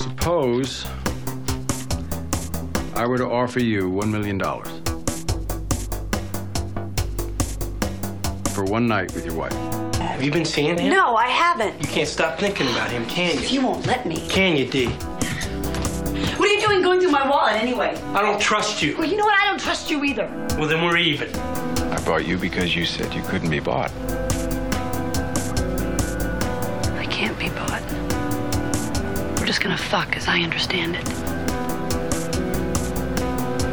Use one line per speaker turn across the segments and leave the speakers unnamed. suppose I were to offer you $1 million for one night with your wife?
Have you been seeing him?
No, I haven't.
You can't stop thinking about him, can
If
you?
you won't let me.
Can you, D?
What are you doing going through my wallet anyway?
I don't trust you.
Well, you know what? I don't trust you either.
Well, then we're even.
I bought you because you said you couldn't be bought.
I can't be bought. We're just gonna fuck as I understand it.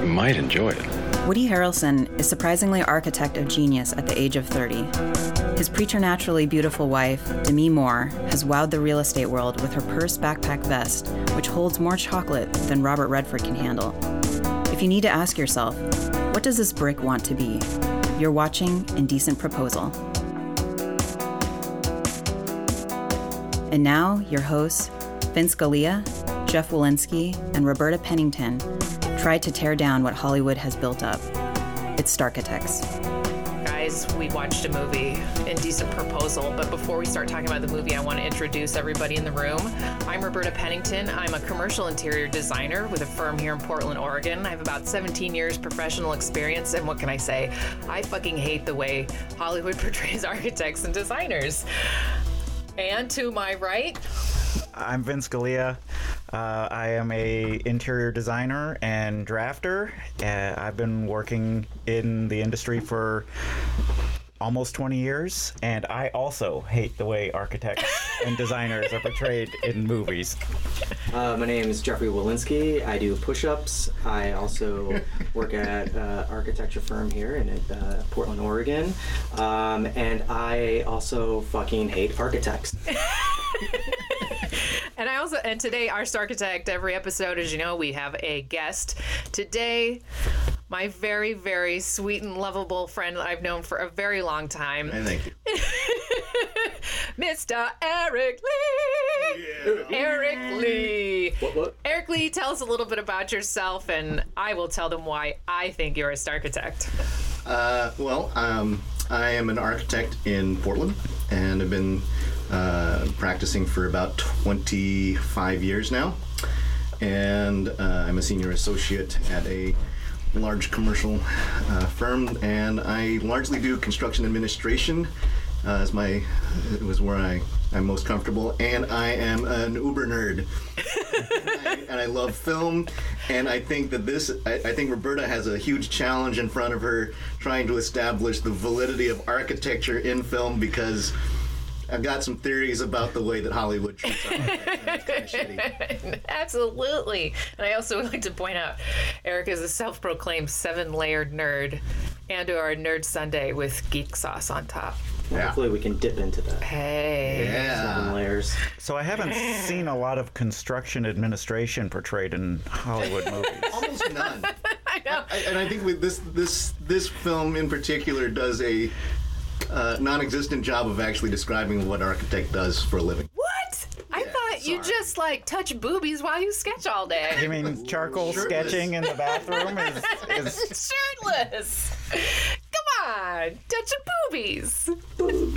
You might enjoy it.
Woody Harrelson is surprisingly architect of genius at the age of 30. His preternaturally beautiful wife, Demi Moore, has wowed the real estate world with her purse backpack vest, which holds more chocolate than Robert Redford can handle. If you need to ask yourself, what does this brick want to be? You're watching Indecent Proposal. And now, your hosts, Vince Scalia, Jeff Walensky, and Roberta Pennington tried to tear down what Hollywood has built up. It's Starkitects.
Guys, we watched a movie, Indecent Proposal, but before we start talking about the movie, I want to introduce everybody in the room. I'm Roberta Pennington. I'm a commercial interior designer with a firm here in Portland, Oregon. I have about 17 years professional experience, and what can I say? I fucking hate the way Hollywood portrays architects and designers. And to my right,
I'm Vince Scalia. Uh, I am a interior designer and drafter. Uh, I've been working in the industry for almost 20 years, and I also hate the way architects and designers are portrayed in movies.
Uh, my name is Jeffrey Walensky. I do push-ups. I also work at uh, architecture firm here in uh, Portland, Oregon, um, and I also fucking hate architects.
And I also and today our Star Architect every episode, as you know, we have a guest. Today, my very, very sweet and lovable friend that I've known for a very long time. And thank you. Mr. Eric Lee. Eric Lee.
What, what?
Eric Lee, tell us a little bit about yourself and I will tell them why I think you're a Star Architect.
Uh, well, um, I am an architect in Portland, and I've been uh, practicing for about 25 years now. And uh, I'm a senior associate at a large commercial uh, firm, and I largely do construction administration. Uh, as my, it was where I I'm most comfortable, and I am an Uber nerd and I love film. And I think that this, I, I think Roberta has a huge challenge in front of her trying to establish the validity of architecture in film because I've got some theories about the way that Hollywood treats architecture. and it's kinda shitty.
Absolutely. And I also would like to point out Eric is a self proclaimed seven layered nerd and our nerd Sunday with geek sauce on top.
Hopefully, we can dip into that.
Hey.
Seven
Yeah.
layers.
So I haven't seen a lot of construction administration portrayed in Hollywood movies.
Almost none. I know. and I think with this this this film in particular does a uh, non-existent job of actually describing what architect does for a living.
What? I thought you
sorry.
just like touch boobies while you sketch all day.
You mean charcoal
Shirtless.
sketching in the bathroom is, is
Shirtless. Come on. Touch your boobies.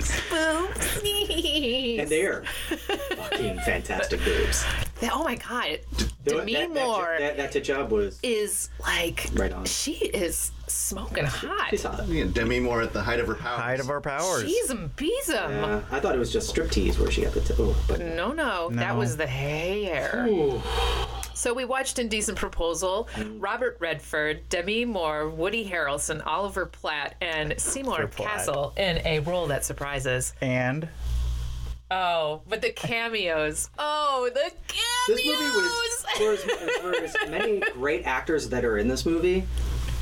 Boobs.
And
Boobs.
they are fucking fantastic boobs.
oh my God.
Though
Demi
that, that,
Moore.
That, that, to job was
is like
Right on.
she is smoking hot.
it's hot.
Yeah, Demi Moore at the height of her powers.
height of our powers.
She's a beezum.
Uh, I thought it was just striptease where she got the t- oh, but
No, no, that
No.
was the hair. So we watched Indecent Proposal. Robert Redford, Demi Moore, Woody Harrelson, Oliver Platt, and Seymour
Platt.
Castle in a role that surprises.
And
Oh, but the cameos. Oh, the cameos.
this movie was for as, for as many great actors that are in this movie.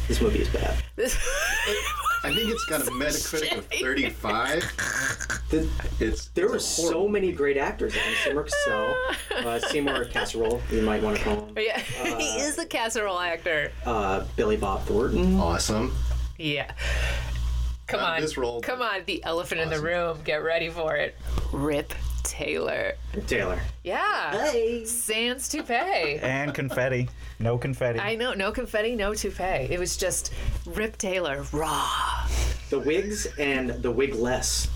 This movie is bad.
I think it's got a Metacritic of 35.
Th-
It's
There
it's
were
a
so
horrible-
many great actors. I mean, Seymour Cassell, uh, Seymour Casserole, you might want to call him,
yeah, he is a casserole actor.
uh, Billy Bob Thornton.
awesome.
Yeah. Come
Not
on.
this role,
Come
but
on, the elephant in the room. Get ready for it. Rip Taylor.
Taylor.
Yeah. Sans toupee.
and confetti. No confetti.
I know, no confetti, no toupee. It was just Rip Taylor raw.
The wigs and the wigless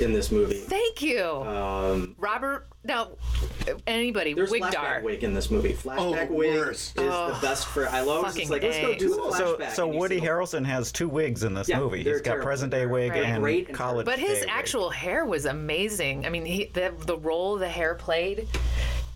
in this movie.
Thank you,
Um,
Robert. Now, anybody.
There's flashback
Wigdar.
wig in this movie. Flashback
Oh,
wig
worse.
is the best for. I love. It's
Fucking
just like let's
A.
go do the
So,
flashback.
so
and you
Woody
see-
Harrelson has two wigs in this
Yeah,
movie.
they're
He's got
terrible.
present day wig
Right.
and
Great and
college.
But his
day wig.
actual hair was amazing. I mean, he, the the role the hair played.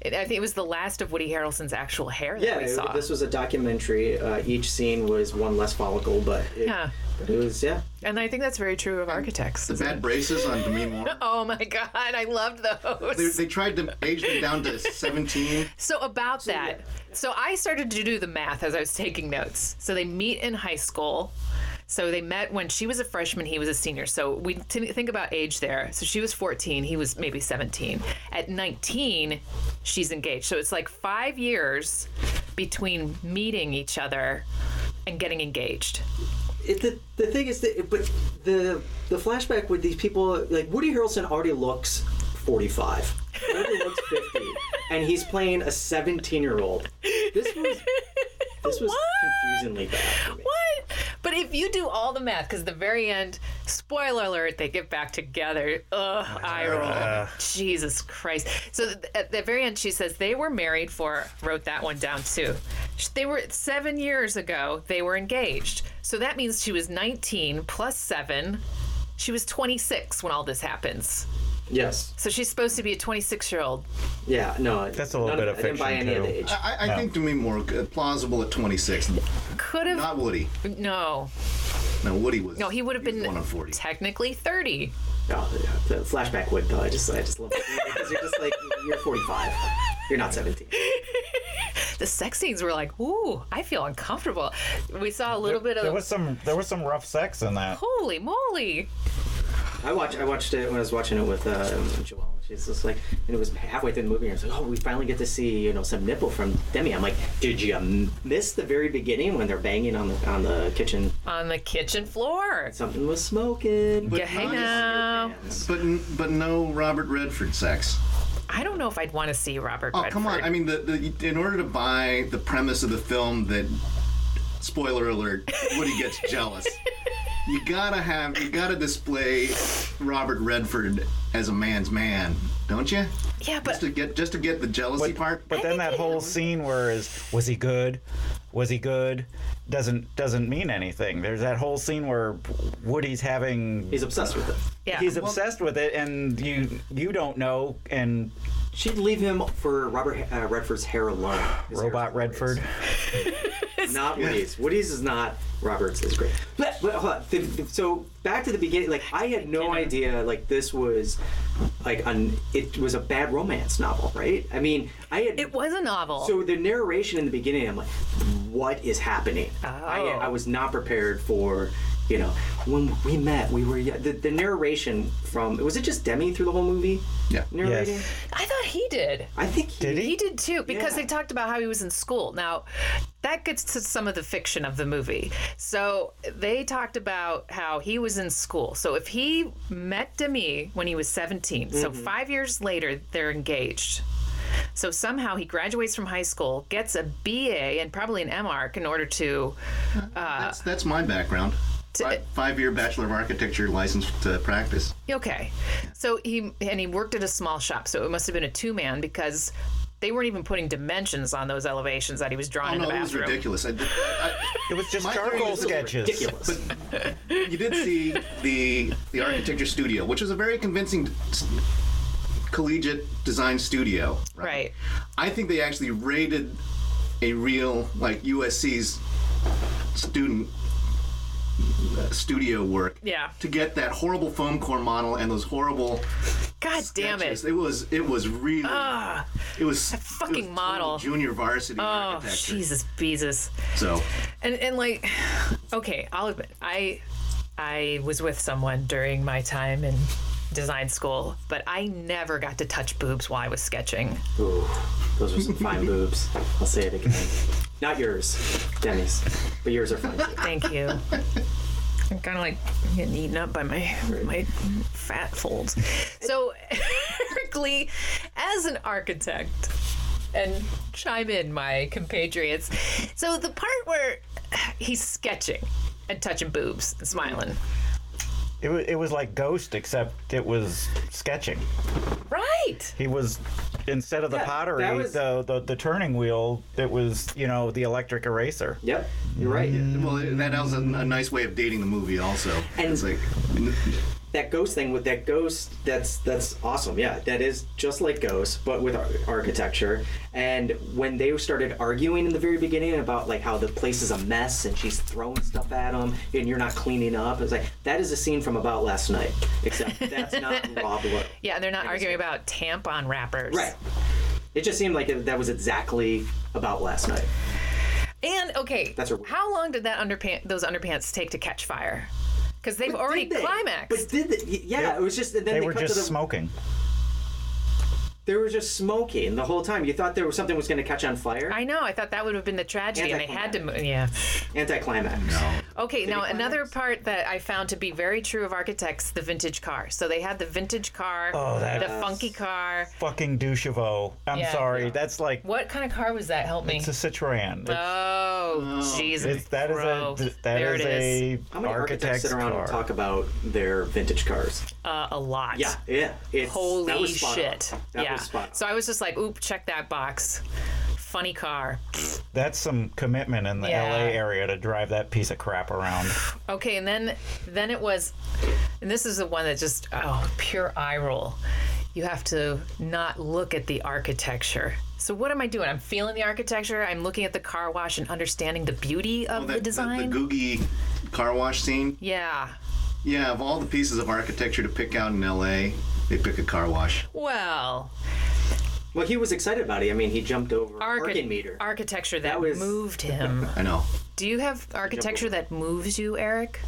It, I think it was the last of Woody Harrelson's actual hair that
Yeah,
we
it-
saw.
this was a documentary. Uh, each scene was one less follicle, but it,
Yeah.
but it was yeah.
and I think that's very true of architects.
The bad braces on Demi Moore.
Oh my god, I loved
They,
those.
they tried to age them down to 17.
So about that, so I started to do the math as I was taking notes. So they meet in high school. So they met when she was a freshman, he was a senior. So we t- think about age there. So she was 14, he was maybe 17. At 19, she's engaged. So it's like five years between meeting each other and getting engaged.
It, the, the thing is that but the the flashback with these people like Woody Harrelson already looks 45. He already looks 50 and he's playing a 17-year-old. This was this was confusingly bad. For me.
What? But if you do all the math, because the very end, spoiler alert, they get back together. Ugh, eye roll. Jesus Christ. So th- at the very end, she says they were married for, wrote that one down too. Sh- They were seven years ago, they were engaged. So that means she was 19 plus seven. She was 26 when all this happens.
Yes.
So she's supposed to be a 26 year old.
Yeah, no.
That's a little
none
bit of
I didn't buy
fiction,
any of
too.
the age.
I, I think Demi Moore uh, plausible at 26.
Could have.
Not Woody.
No.
No, Woody was.
No, he would have
was
been
one on 40.
technically 30.
Oh, the, the flashback would though. I just I just love it because you're just like you're 45. You're not 17.
the sex scenes were like, ooh, I feel uncomfortable. We saw a little bit
There
of
was some. There was some rough sex in that.
holy moly.
I watched I watched it when I was watching it with uh, Joelle. She's just like, and it was halfway through the movie, and I was like, oh, we finally get to see you know some nipple from Demi. I'm like, did you m- miss the very beginning when they're banging on the on the kitchen?
On the kitchen floor.
Something was smoking.
But,
Hey
not-
now.
but, n- but no Robert Redford sex.
I don't know if I'd want to see Robert
Oh,
Redford.
come on. I mean, the, the in order to buy the premise of the film that, spoiler alert, Woody gets jealous. You gotta have, you gotta display Robert Redford as a man's man, don't you?
yeah,
Just
but
to get, just to get the jealousy part.
But then that whole scene where is was he good? Was he good? Doesn't doesn't mean anything. There's that whole scene where Woody's having
He's obsessed with it.
yeah.
he's obsessed with it, and you you don't know. And
She'd leave him for Robert uh, Redford's hair alone. His
Robot
hair's glorious.
Redford.
not Woody's. Woody's is not Robert's is great. But, but hold on. The- the- so back to the beginning. Like I had no idea. Like this was like an it was a bad romance novel, right? I mean, I had
it was a novel.
so the narration in the beginning. I'm like, what is happening? I,
Oh.
I was not prepared for. You know, when we met, we were the, the narration from was it just Demi through the whole movie?
Yeah.
Narrating.
Yes.
I thought he did.
I think he,
Did
He did too, because
Yeah.
they talked about how he was in school. Now, that gets to some of the fiction of the movie. So they talked about how he was in school. So if he met Demi when he was 17, so
Mm-hmm.
five years later, they're engaged. So somehow he graduates from high school, gets a BA and probably an MArch in order to. uh,
That's, that's my background. Five, five year Bachelor of Architecture license to practice.
Okay. So he and he worked at a small shop. So it must have been a two man because they weren't even putting dimensions on those elevations that he was drawing
Oh,
in
no,
the
it was
bathroom.
ridiculous. I, I,
It was just
My theory
charcoal
is
sketches.
ridiculous.
you did see the the architecture studio, which is a very convincing s- collegiate design studio.
Right.
I think they actually rated a real like USC's student uh, studio work
Yeah.
to get that horrible foam core model and those horrible
God damn it.
sketches. it was it was really it was that
fucking model.
junior varsity
Oh,
architecture
Jesus, Jesus.
so
And and like okay, I'll admit, I I was with someone during my time in design school, but I never got to touch boobs while I was sketching.
Ooh, those are some fine boobs. I'll say it again. Not yours, Demi's, but yours are fine. Too.
Thank you. I'm kind of like getting eaten up by my my fat folds. So, Glee, as an architect, and chime in, my compatriots. So the part where he's sketching and touching boobs and smiling,
It was, it was like Ghost, except it was sketching.
right?
He was instead of the
Yeah, that
pottery,
was-
the, the the turning wheel, it was you know the electric eraser.
Yep, you're right.
Well, that was a, a nice way of dating the movie, also.
And-
it's like,
That ghost thing with that ghost, that's that's awesome. Yeah, that is just like ghosts, but with ar- architecture. And when they started arguing in the very beginning about like how the place is a mess and she's throwing stuff at them and you're not cleaning up, it's like that is a scene from About Last Night, except that's not Rob Lowe.
Yeah, and they're not arguing about tampon wrappers.
Right. It just seemed like it, that was exactly about last night.
And okay,
That's her-
how long did that underpants those underpants take to catch fire? Because they've already
Did they?
climaxed.
But did they? y- Yeah, it was just and then
They,
they,
were
cut
just
to the,
smoking.
They were just smoking the whole time. You thought there was something was going to catch on fire.
I know. I thought that would have been the tragedy, and they had to. mo- Yeah.
Anticlimax.
Okay. now
climax?
another part that I found to be very true of architects: the vintage car. So they had the vintage car,
Oh, that-
the funky car.
Fucking Ducheveau. I'm
Yeah.
sorry. That's like
What kind of car was that? Help me.
it's a Citroen. It's,
Oh, Jesus.
it's, that is
Christ.
a that
there
is
it is.
a
How many architects
architect's
sit around
car.
and talk about their vintage cars?
Uh, a lot.
Yeah, yeah. It's,
Holy
that was spot on.
shit.
That
yeah.
was spot on.
So I was just like, oop, check that box. Funny car.
That's some commitment in the
Yeah.
LA area to drive that piece of crap around.
Okay, and then then it was and this is the one that just oh, pure eye roll. You have to not look at the architecture. So what am I doing? I'm feeling the architecture, I'm looking at the car wash and understanding the beauty of
Oh, that-
the design.
The, the googie car wash scene.
yeah.
Yeah, of all the pieces of architecture to pick out in LA, they pick a car wash.
Well,
well, he was excited about it. I mean, he jumped over
archi-
parking meter.
architecture that,
That was-
moved him.
I know.
Do you have architecture that moves you, Eric?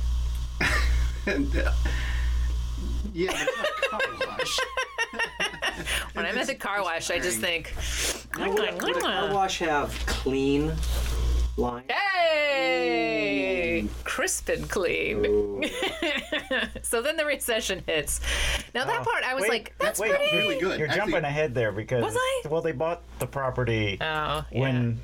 And, uh, yeah, but it's not a car wash.
When I'm at the car wash, I just think,
Now, would, a- would a
Uh.
car wash have clean lines?
Hey! Crisp and clean. so then the recession hits. Now that part I was
Oh, Wait,
like, that's
wait,
pretty.
Really good.
You're
Actually,
jumping ahead there because
Was I?
well they bought the property
Oh, yeah.
when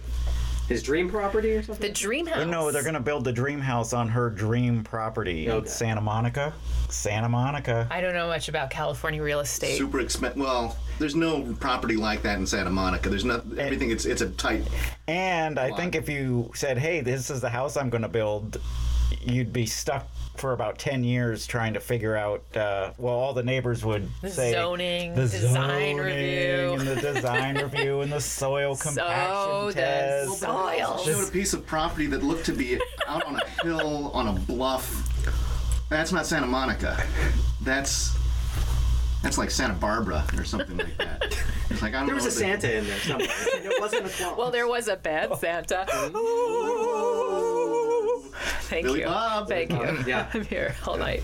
His dream property or
the
something?
dream house.
no they're gonna build the dream house on her dream property in
Okay.
Santa Monica. Santa Monica.
I don't know much about California real estate.
Super expensive. Well, there's no property like that in Santa Monica. There's not everything. It's it's a tight.
And I think if you said, "Hey, this is the house I'm going to build," you'd be stuck for about ten years trying to figure out. Uh, well, all the neighbors would say
zoning, design review." Oh,
and the design review, and the soil compaction
does-
test.
Well, Soil.
Showed a piece of property that looked to be out on a hill on a bluff. That's not Santa Monica. That's that's like Santa Barbara or something like that. It's like I don't
There
know.
was a
what they-
Santa in there somewhere. and it wasn't a Claus.
Well, there was a
Oh.
bad Santa. Thank
Billy
you.
Bob.
Oh, Thank you.
Yeah.
I'm here all night.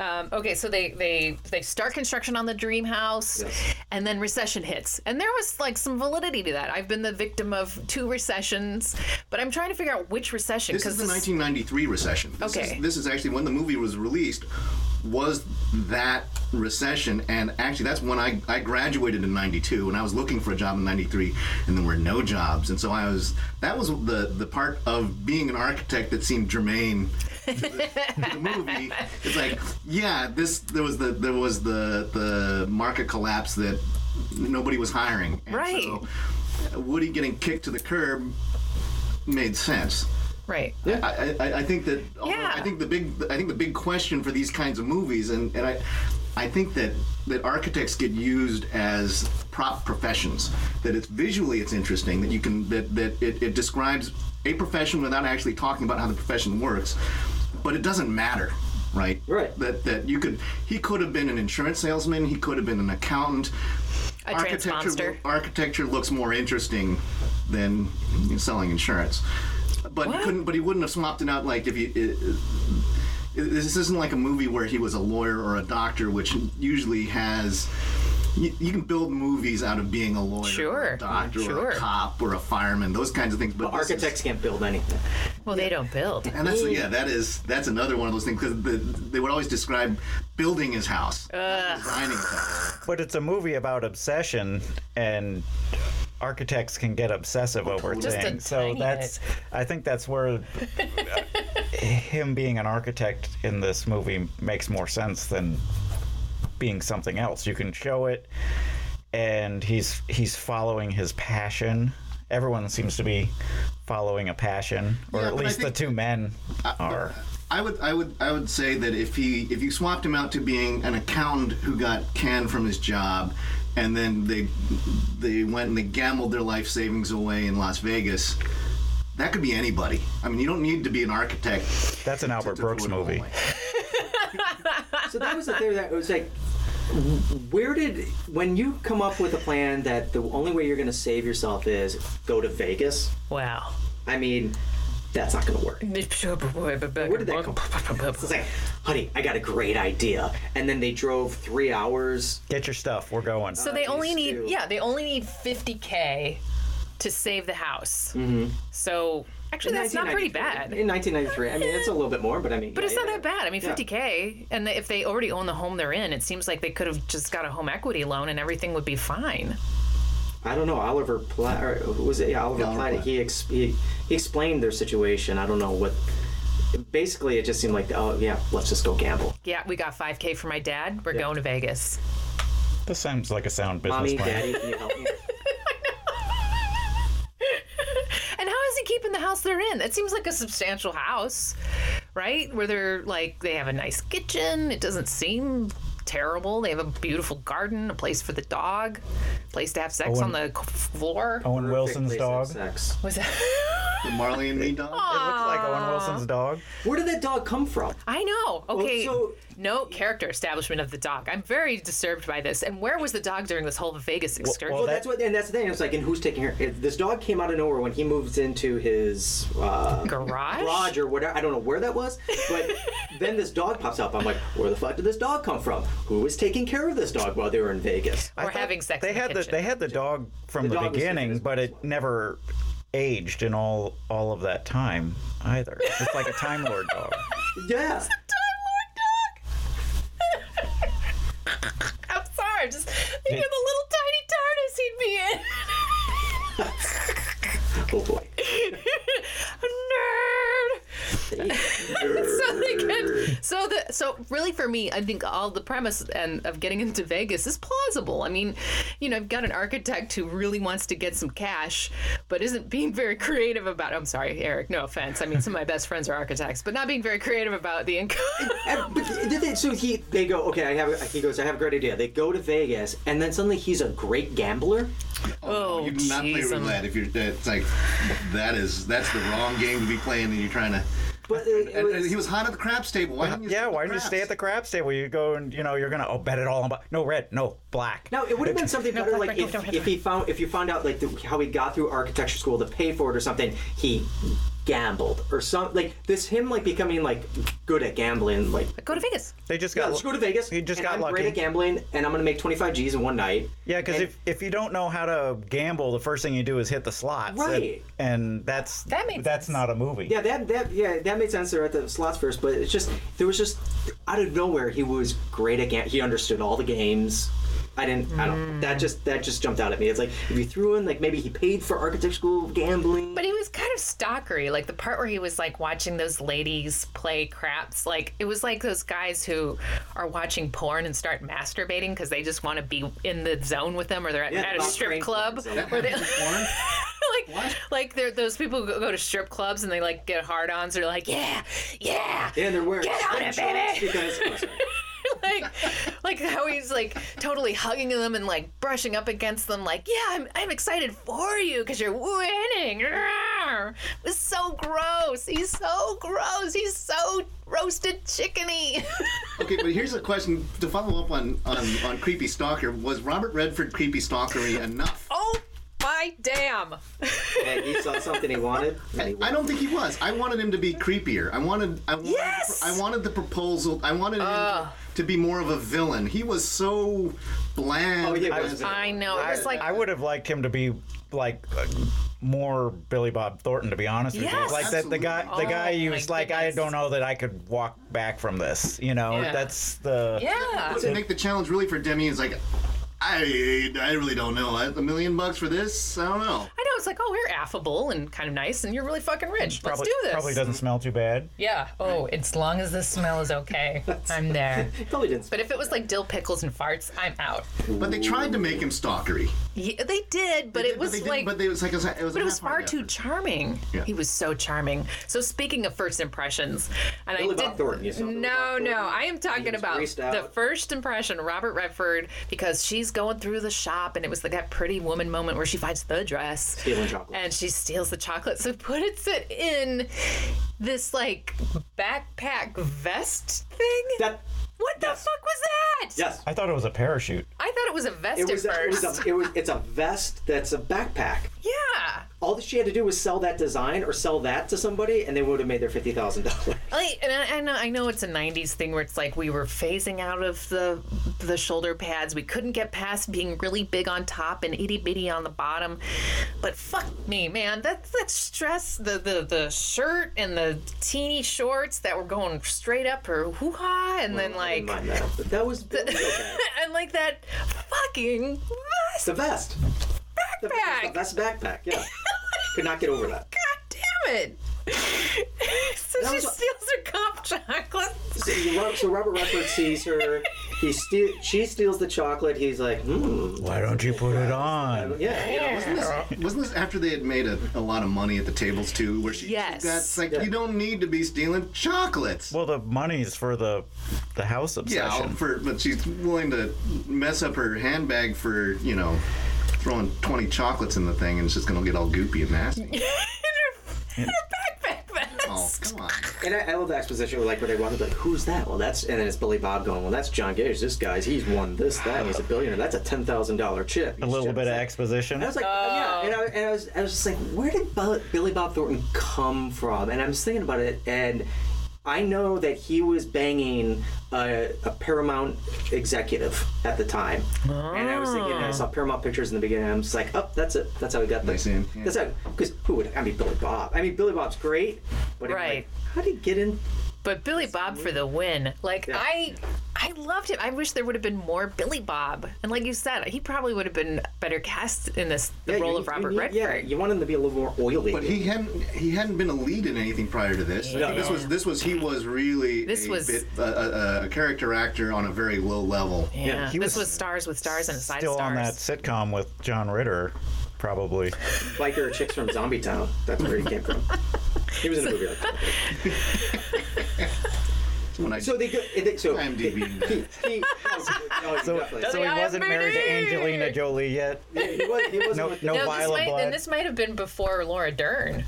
Um, okay, so they they they start construction on the dream house,
Yes.
and then recession hits, and there was like some validity to that. I've been the victim of two recessions, but I'm trying to figure out which recession
This
because
is the 1993 recession. This
Okay.
Is, this is actually when the movie was released. Was that recession? And actually, that's when I, I graduated in '92, and I was looking for a job in '93, and there were no jobs. And so I was that was the the part of being an architect that seemed germane to the, to the movie. It's like, yeah, this there was the there was the the market collapse that nobody was hiring. And
Right.
So Woody getting kicked to the curb made sense.
right.
I, I, I think that although
Yeah.
I think the big I think the big question for these kinds of movies and, and I I think that that architects get used as prop professions that it's visually it's interesting that you can that, that it, it describes a profession without actually talking about how the profession works but it doesn't matter right
Right.
that that you could he could have been an insurance salesman he could have been an accountant
A transmonster.
architecture looks more interesting than selling insurance. But he couldn't. But he wouldn't have swapped it out like if you. It, it- this isn't like a movie where he was a lawyer or a doctor, which usually has. You, you can build movies out of being a lawyer, or
Sure,
a doctor, or
sure.
a cop, or a fireman, those kinds of things. But this is-
Architects can't build anything.
Well, they don't build.
and that's yeah, that is that's another one of those things because the, they would always describe building his house, not designing his house.
But it's a movie about obsession, and architects can get obsessive over
Just a
things. So
tiny bit.
that's I think that's where uh, him being an architect in this movie makes more sense than being something else. You can show it and he's he's following his passion. Everyone seems to be following a passion, or
Yeah,
at
but I
least the
think-
two men are.
I would, I would, I would say that if he, if you swapped him out to being an accountant who got canned from his job, and then they, they went and they gambled their life savings away in Las Vegas, that could be anybody. I mean, you don't need to be an architect.
That's an Albert
to
Brooks
ruin a
movie.
hallway.
so that was the theory that it was like where did when you come up with a plan that the only way you're going to save yourself is go to vegas
Wow. oh,
i mean that's not going to
Mm-hmm.
work
Where
did that come it's like honey i got a great idea and then they drove three hours
Get your stuff. We're going.
So they only need
too.
yeah, they only need 50k to save the house. So actually that's not pretty
1993.
bad.
in 1993 i mean it's a little bit more but i mean
But it's not that bad. I mean,
Yeah.
50k, and if they already own the home they're in, it seems like they could have just got a home equity loan and everything would be fine.
I don't know. Oliver Platt, or was it yeah, Oliver
Oliver
Platt?
Platt.
He, ex- he he explained their situation. I don't know what. Basically, it just seemed like, oh yeah, let's just go gamble.
Yeah, we got 5k for my dad. We're going to Vegas.
This sounds like a sound business
Mommy,
plan.
Daddy, can you help me?
And how is he keeping the house they're in? That seems like a substantial house, right? Where they're like they have a nice kitchen. It doesn't seem terrible. They have a beautiful garden, a place for the dog, place to have
Oh,
sex on the
Owen-
c- floor.
Owen Wilson's
Place of
dog.
Sex.
Was that?
The Marley and Me dog.
Looks like Owen Wilson's dog.
Where did that dog come from?
I know. Okay.
so-
no character establishment of the dog. I'm very disturbed by this. And where was the dog during this whole Vegas excursion?
well,
Well,
that-
that's what, and that's the thing. It's like, and who's taking her? If this dog came out of nowhere when he moves into his uh,
Garage?
garage or whatever. I don't know where that was, but then this dog pops up. I'm like, where the fuck did this dog come from? Who was taking care of this dog while they were in Vegas?
Or having sex
They
in the
had the
kitchen.
they had the dog from the,
dog was
beginning,
his
but it never aged in all all of that time either. It's like a Time Lord dog.
Yeah.
Time Lord dog. I'm sorry. I'm just thinking of the little tiny TARDIS he'd be in.
Oh boy.
A nerd. so they could. So the so really for me, I think all the premise and of getting into Vegas is plausible. I mean, you know, I've got an architect who really wants to get some cash, but isn't being very creative about. I'm sorry, Eric. No offense. I mean, some of my best friends are architects, but not being very creative about the income.
And- but the thing- so he, they go, okay, I have. a-" He goes, I have a great idea. They go to Vegas, and then suddenly he's a great gambler.
Oh,
you do not play
jeez, I'm-
roulette if you're. It's like that is that's the wrong game to be playing, and you're trying to.
But it- it
And, and
was,
he was hot at the craps table. Why didn't you?
Yeah,
stay at
why don't you stay at the craps table? You go and you know you're gonna oh bet it all on black. No red, no black.
now it would have been something better, like if, if he found if you found out like the, how he got through architecture school to pay for it or something. He gambled or some like this him like becoming like good at gambling like
Go to Vegas.
They just
yeah,
got
let's go to Vegas.
He just
and
got
I'm
lucky.
great at gambling, and I'm gonna make 25 G's in one night.
Yeah, because
And-
if, if you don't know how to gamble, the first thing you do is hit the slots. and-
Right.
And, that's
That makes
that's
sense.
not a movie.
Yeah, that that yeah, that made sense. They're at the slots first, but it's just there was just out of nowhere he was great at ga- he understood all the games. I didn't.
Mm.
I don't. That just that just jumped out at me. It's like if you threw in like maybe he paid for architecture school gambling.
But he was kind of stalkery. Like the part where he was like watching those ladies play craps. Like it was like those guys who are watching porn and start masturbating because they just want to be in the zone with them, or they're at,
Yeah,
at a
about
strip
brain
club.
porn zone.
Where they, like like they're, those people who go to strip clubs and they like get hard-ons. They're like, yeah, yeah.
and they're wearing
Get on it,
swim shorts
baby!
Because, oh, sorry.
like like how he's like totally hugging them and like brushing up against them like yeah i'm, I'm excited for you because you're winning Rawr! it was so gross he's so gross he's so roasted chickeny
Okay, but here's a question to follow up on on, on creepy stalker. Was Robert Redford creepy stalkery enough?
oh my damn
and he saw something he wanted. And he
I don't think he was. I wanted him to be creepier. I wanted. I wanted
Yes!
I wanted the proposal. I wanted him to be more of a villain. He was so bland.
Oh, yeah,
as-
was-
i know it was like
I would have liked him to be like uh, more Billy Bob Thornton, to be honest with
Yes.
you. Like that, the guy, the
Absolutely.
guy
Oh, my
who's like, I
goodness.
don't know that I could walk back from this. You know,
Yeah.
that's the.
yeah
to make the challenge really for Demi is like, I I really don't know. A million bucks for this? I don't know.
I know was like, oh, we're affable and kind of nice, and you're really fucking rich.
Probably,
Let's do this.
probably doesn't smell too bad.
Yeah. Oh, as long as the smell is okay, I'm there.
Probably didn't.
But if it was like dill pickles and farts, I'm out.
But they tried to make him stalkery.
Yeah, they did, but it was
they didn't-
like.
but they- it was like, it was, it was
But it was far too charming.
Yeah.
He was so charming. So speaking of first impressions, and
Billy
I
Bob
did. Mm-hmm.
Thornton, you saw Billy
no,
Bob
no,
Thornton.
I am talking
was
about
greased
the
out.
first impression, Robert Redford, because she's going through the shop, and it was like that pretty woman moment where she finds the dress,
Stealing chocolate.
and she steals the chocolate. So puts it in this like backpack vest thing.
That-
what the
yes.
fuck was that?
yes.
I thought it was a parachute.
I thought it was a vest
It was,
at
a, it,
first.
was a, it was it's a vest that's a backpack.
yeah.
All that she had to do was sell that design or sell that to somebody, and they would have made their fifty thousand dollars.
Like, and I, I know, I know it's a '90s thing where it's like we were phasing out of the the shoulder pads. We couldn't get past being really big on top and itty bitty on the bottom. But fuck me, man, that's that stress. The the the shirt and the teeny shorts that were going straight up her hoo ha, and then like
Mind that, but that was, that was okay.
and like that fucking vest.
the vest. The,
Backpack.
the vest backpack. Yeah. Could not get over that.
God damn it! so
That
she
was-
steals her cup chocolate.
So, you ro- so Robert Redford sees her. He steal, she steals the chocolate. He's like, hmm,
Why don't you put it on?
yeah. You know,
Wasn't this, wasn't this after they had made a, a lot of money at the tables too? Where she, she
Yes.
got it's like you don't need to be stealing chocolates.
Well, the money's for the the house
yeah,
obsession.
for but she's willing to mess up her handbag for you know throwing twenty chocolates in the thing, and it's just gonna get all goopy and nasty.
in her backpack vest.
oh come on!
And I, I love the exposition where like where they walk up like, who's that? Well, that's and then it's Billy Bob going, well, that's John Gage. This guy's he's won this that. He's a billionaire. That's a ten thousand dollar chip.
a little bit of exposition.
And I was like, oh, yeah, and I, and I was, I was just like, where did Bo- Billy Bob Thornton come from? And I was thinking about it, and I know that he was banging a, a Paramount executive at the time, and I was thinking, and I saw Paramount pictures in the beginning. and I'm just like, oh, that's it, that's how he got
I
this.
see him, yeah.
That's how, because who would? I mean, Billy Bob. I mean, Billy Bob's great, but I'm like,
Right.
how did he get in?
But Billy Bob for the win. Like I I loved him. I wish there would have been more Billy Bob. And like you said, he probably would have been better cast in this the
Yeah,
role
you-
of Robert
you, need-
Redford.
Yeah, you want him to be a little more oily.
But he hadn't he hadn't been a lead in anything prior to this. I think This was this was he was really
This
a,
was-
bit, a, a, a character actor on a very low level.
Yeah.
Yeah,
he
this
was
was stars with stars and side
Still on that
stars.
sitcom with John Ritter, probably.
biker chicks from Zombie Town. That's where he came from. He was in a movie like that.
When I
So they go. They, so
IMDb.
he, he, no, no, definitely.
So he
have
wasn't married to
money?
Angelina Jolie yet.
he was. He was
No,
with
no
No, this
Viola
might,
Blood.
and this might have been before Laura Dern.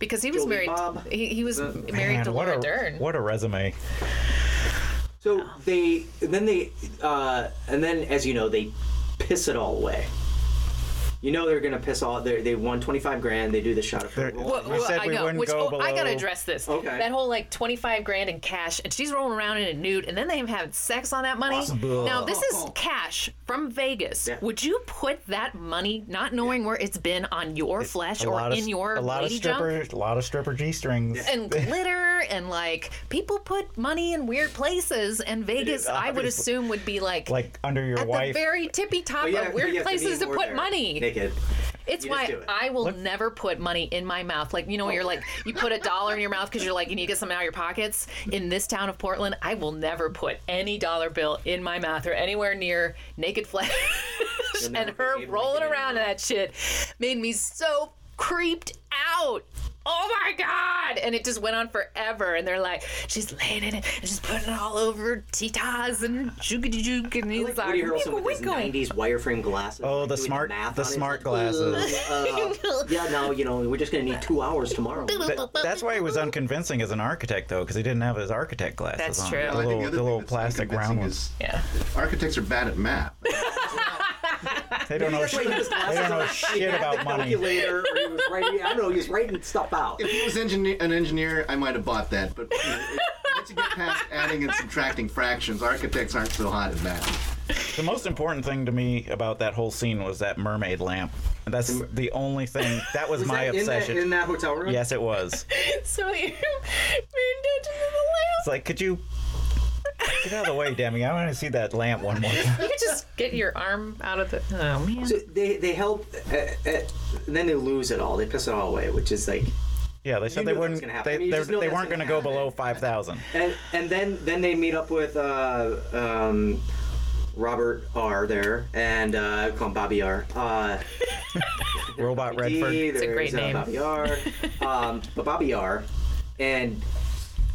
Because he was
Jolie
married
Bob.
he, he was married
Man,
to
what
Laura
a
Dern.
what a resume.
So they and then they uh, and then as you know they piss it all away. You know they're gonna piss all. They they won twenty five grand. They do the shot of
They're-
roll.
Well,
We
well,
said
I
we
know,
wouldn't
which,
go
oh, I gotta
below-
address this.
Okay.
That whole like twenty-five grand in cash, and she's rolling around in it nude, and then they having sex on that money. Now this is cash from Vegas.
Oh, Yeah.
Would you put that money, not knowing where it's been, on your flesh or in
of,
your
a lot of
lady junk?
stripper, a lot of stripper g strings.
and glitter and like people put money in weird places and Vegas I would
obviously.
assume would be like
Like under your
at the
wife.
very tippy top
But yeah,
of
you
weird
have
places
need
to
more
put
there.
money.
Naked.
It's
You
why
just do it.
I will never put money in my mouth. Like, you know, when you're like, you put a dollar in your mouth because you're like, you need to get something out of your pockets. In this town of Portland, I will never put any dollar bill in my mouth or anywhere near naked flesh. and her rolling around in that shit made me so creeped out. Oh my God! And it just went on forever. And they're like, she's laying in it and she's putting it all over titas and joogity joog. And he's
Like
like,
Woody Harrelson with his
winkle, winkle.
'90s wireframe glasses.
Oh,
like
the
doing
smart-
math
the
on it.
smart
Ugh,
glasses.
uh, yeah, no, you know we're just gonna need two hours tomorrow.
Th- that's why he was unconvincing as an architect, though, because he didn't have his architect glasses
That's
on.
true.
The
Well, I
think
little,
the other
the
thing
little
that's
plastic round
inconvincing
ones.
is
Yeah.
Architects are bad at math.
They don't know.
Like,
Shit,
he was
they don't know shit about money.
calculator, or he was writing. I don't know. He was writing stuff out.
if he was engineer, an engineer, I might have bought that. But you know, it, once you get past adding and subtracting fractions, architects aren't so hot at math.
The most important thing to me about that whole scene was that mermaid lamp. And that's the only thing. That was, my
in that,
obsession.
in that hotel room.
yes, it was.
So you pay attention to the lamp.
It's like, could you Get out of the way, Demi. I want to see that lamp one more time.
You could just get your arm out of the. Oh man.
So they they help, uh, uh, and then they lose it all. They piss it all away, which is like,
Yeah, they said
You
they
knew that was
wouldn't.
gonna happen.
They,
I mean, you
they,
just know
they
that's
weren't going
gonna
to go
happen.
below five thousand.
and and then then they meet up with uh, um, Robert R. there and uh, call him Bobby R. Uh,
Robot
D,
Redford.
there's
a great
uh,
name.
Bobby R. um, but Bobby R. And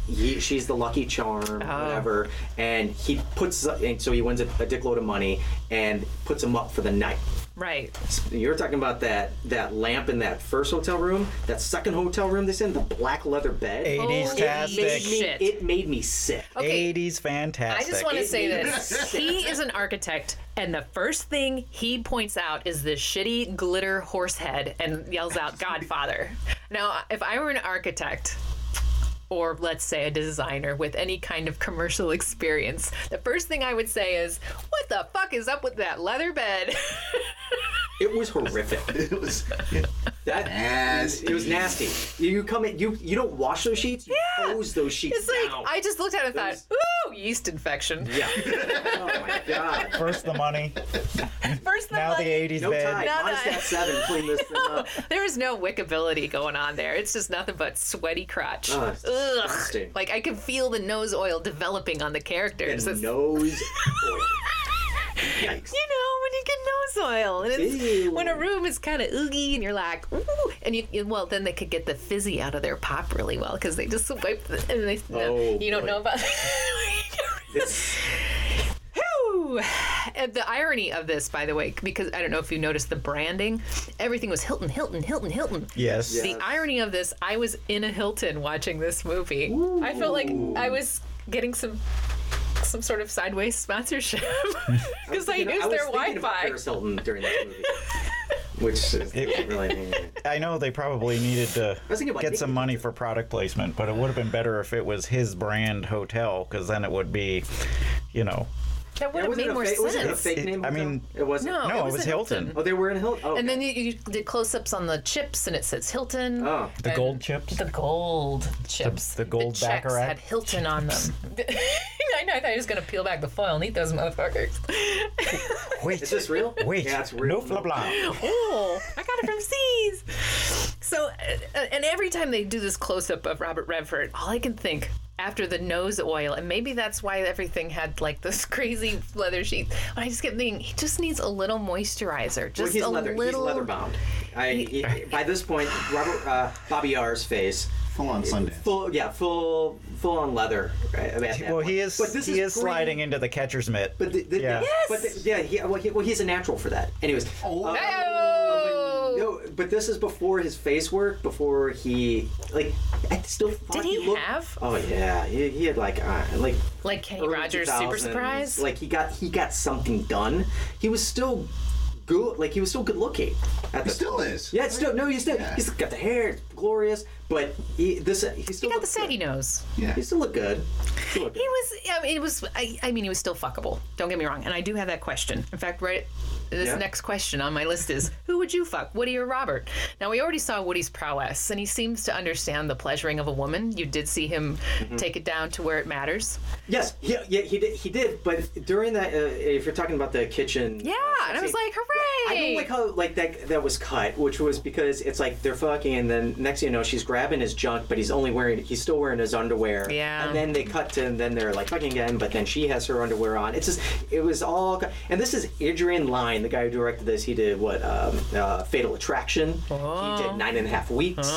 he, she's the lucky charm,
Oh.
whatever. And he puts up, and so he wins a, a dickload of money and puts him up for the night.
Right.
You're talking about that that lamp in that first hotel room, that second hotel room. This in the black leather bed.
Eighties
Made
tastic.
me,
Shit.
it made me sick.
Okay.
Eighties
I
fantastic.
just want to say this.
Sick.
He is an architect, and the first thing he points out is this shitty glitter horse head and yells out, Godfather. Now, if I were an architect, or let's say a designer with any kind of commercial experience, the first thing I would say is, What the fuck is up with that leather bed?
It was horrific.
It was
That
nasty.
It was nasty. You come in, you you don't wash those sheets. You
Yeah.
hose those sheets.
It's like,
down.
I just looked at it and thought, Ooh, yeast infection.
yeah. oh my god.
First the money,
First thing,
now the
like,
eighties
No tie.
bed.
No,
Minus
no.
that seven. Clean this thing up.
there is no wickability going on there. It's just nothing but sweaty crotch.
Oh, it's
Ugh.
disgusting.
Like I can feel the nose oil developing on the
And
characters. It's-
nose. oil. Yikes.
you know, when you get nose oil, and it's
Ew.
when a room is kind of oogie, and you're like, ooh, and you, you- well, then they could get the fizzy out of their pop really well because they just wipe the, and they,
Oh,
you don't
boy.
know about.
It's-
Whew. And the irony of this, by the way, because I don't know if you noticed the branding, everything was Hilton, Hilton, Hilton, Hilton.
Yes.
Yeah.
The irony of this, I was in a Hilton watching this movie. I felt like I was getting some some sort of sideways sponsorship because I,
You know,
used
was
their
thinking about
Wi-Fi.
Paris Hilton during that movie. Which is really.
I know they probably needed to
was thinking about
get
Nikki.
some money for product placement, but it would have been better if it was his brand hotel, because then it would be, you know,
That would
It
have made
wasn't a
more
fake-
sense.
was it a fake
It-
name?
I
hotel?
mean-
it wasn't.
No,
no,
it
it
was
was
a Hilton.
Hilton.
Oh, they were in Hilton. Oh,
And then you, you did close-ups on the chips, and it says Hilton.
Oh.
The gold chips?
The gold chips.
the gold
the checks
Baccarat
had Hilton on them. I know. I thought you were just gonna peel back the foil and eat those motherfuckers.
wait,
is this real?
wait,
Yeah, it's real.
no blah blah.
oh, I got it from C's. So, uh, and every time they do this close up of Robert Redford, all I can think after the nose oil, and maybe that's why everything had like this crazy leather sheath. But I just kept thinking he just needs a little moisturizer,
Well,
just
he's
a
leather.
little.
He's leather bound. I, he- by this point, Robert uh, Bobby R's face,
full on Sunday.
full yeah, full full on leather. Right, at that
Well,
point.
he is.
But this
he is,
green.
sliding into the catcher's mitt.
But the, the,
Yeah.
yes. But the, yeah, he, well, he, well, he's a natural for that. Anyways. Oh.
Oh!
no, but this is before his face work. Before he like, I still thought
Did he
looked-
have
Oh yeah, he, he had like uh, like
like Kenny
early
Rogers super
2000s.
surprise?
Like he got he got something done. He was still good. Like he was still good looking. At
He
the,
still is.
Yeah, it's still no. He's still he's got the hair, it's glorious. But he, this he still
he got
looked
the saggy
good.
nose.
Yeah.
He still look good. Still look
He
good.
was. I mean, it was. I, I mean, he was still fuckable. Don't get me wrong. And I do have that question. In fact, right. This
Yeah.
next question on my list is Who would you fuck, Woody or Robert? Now, we already saw Woody's prowess, and he seems to understand the pleasuring of a woman. You did see him take it down to where it matters.
Yes, yeah, yeah, he did. He did. But during that, uh, if you're talking about the kitchen,
Yeah.
uh,
And I was
scene,
like, Hooray!
I don't like how like that that was cut, which was because it's like they're fucking, and then next thing you know, she's grabbing his junk, but he's only wearing he's still wearing his underwear.
Yeah.
And then they cut to, and then they're like fucking again, but then she has her underwear on. It's just it was all, cut- and this is Adrian Lyne, the guy who directed this. He did what um, uh, Fatal Attraction.
Oh.
He did Nine and a Half Weeks.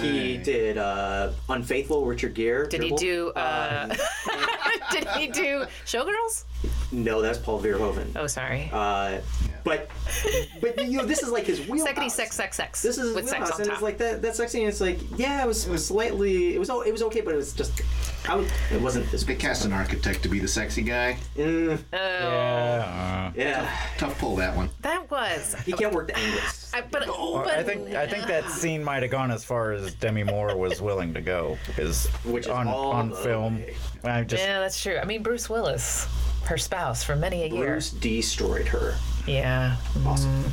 He did uh, Unfaithful. Richard Gere.
did he do. Uh, did he do Showgirls?
No, that's Paul Verhoeven.
Oh, sorry.
Uh, But but you know this is like his wheelhouse.
Sexy, sex, sex, sex.
This is his
with sex
wheelhouse,
on
and
top.
it's like that. That sex scene. It's like yeah, it was, it was slightly. It was o- it was okay, but it was just. I was, it wasn't this
They
big.
cast an architect to be the sexy guy.
yeah.
Yeah,
Tough pull that one.
that was.
he can't work the angles.
I, but, but
I think I think that scene might have gone as far as Demi Moore was willing to go, is
Which is
on
all
on
the
film.
way.
I just
Yeah, that's true. I mean, Bruce Willis, her spouse for many a year.
Bruce destroyed her.
Yeah. Mm-hmm.
Awesome.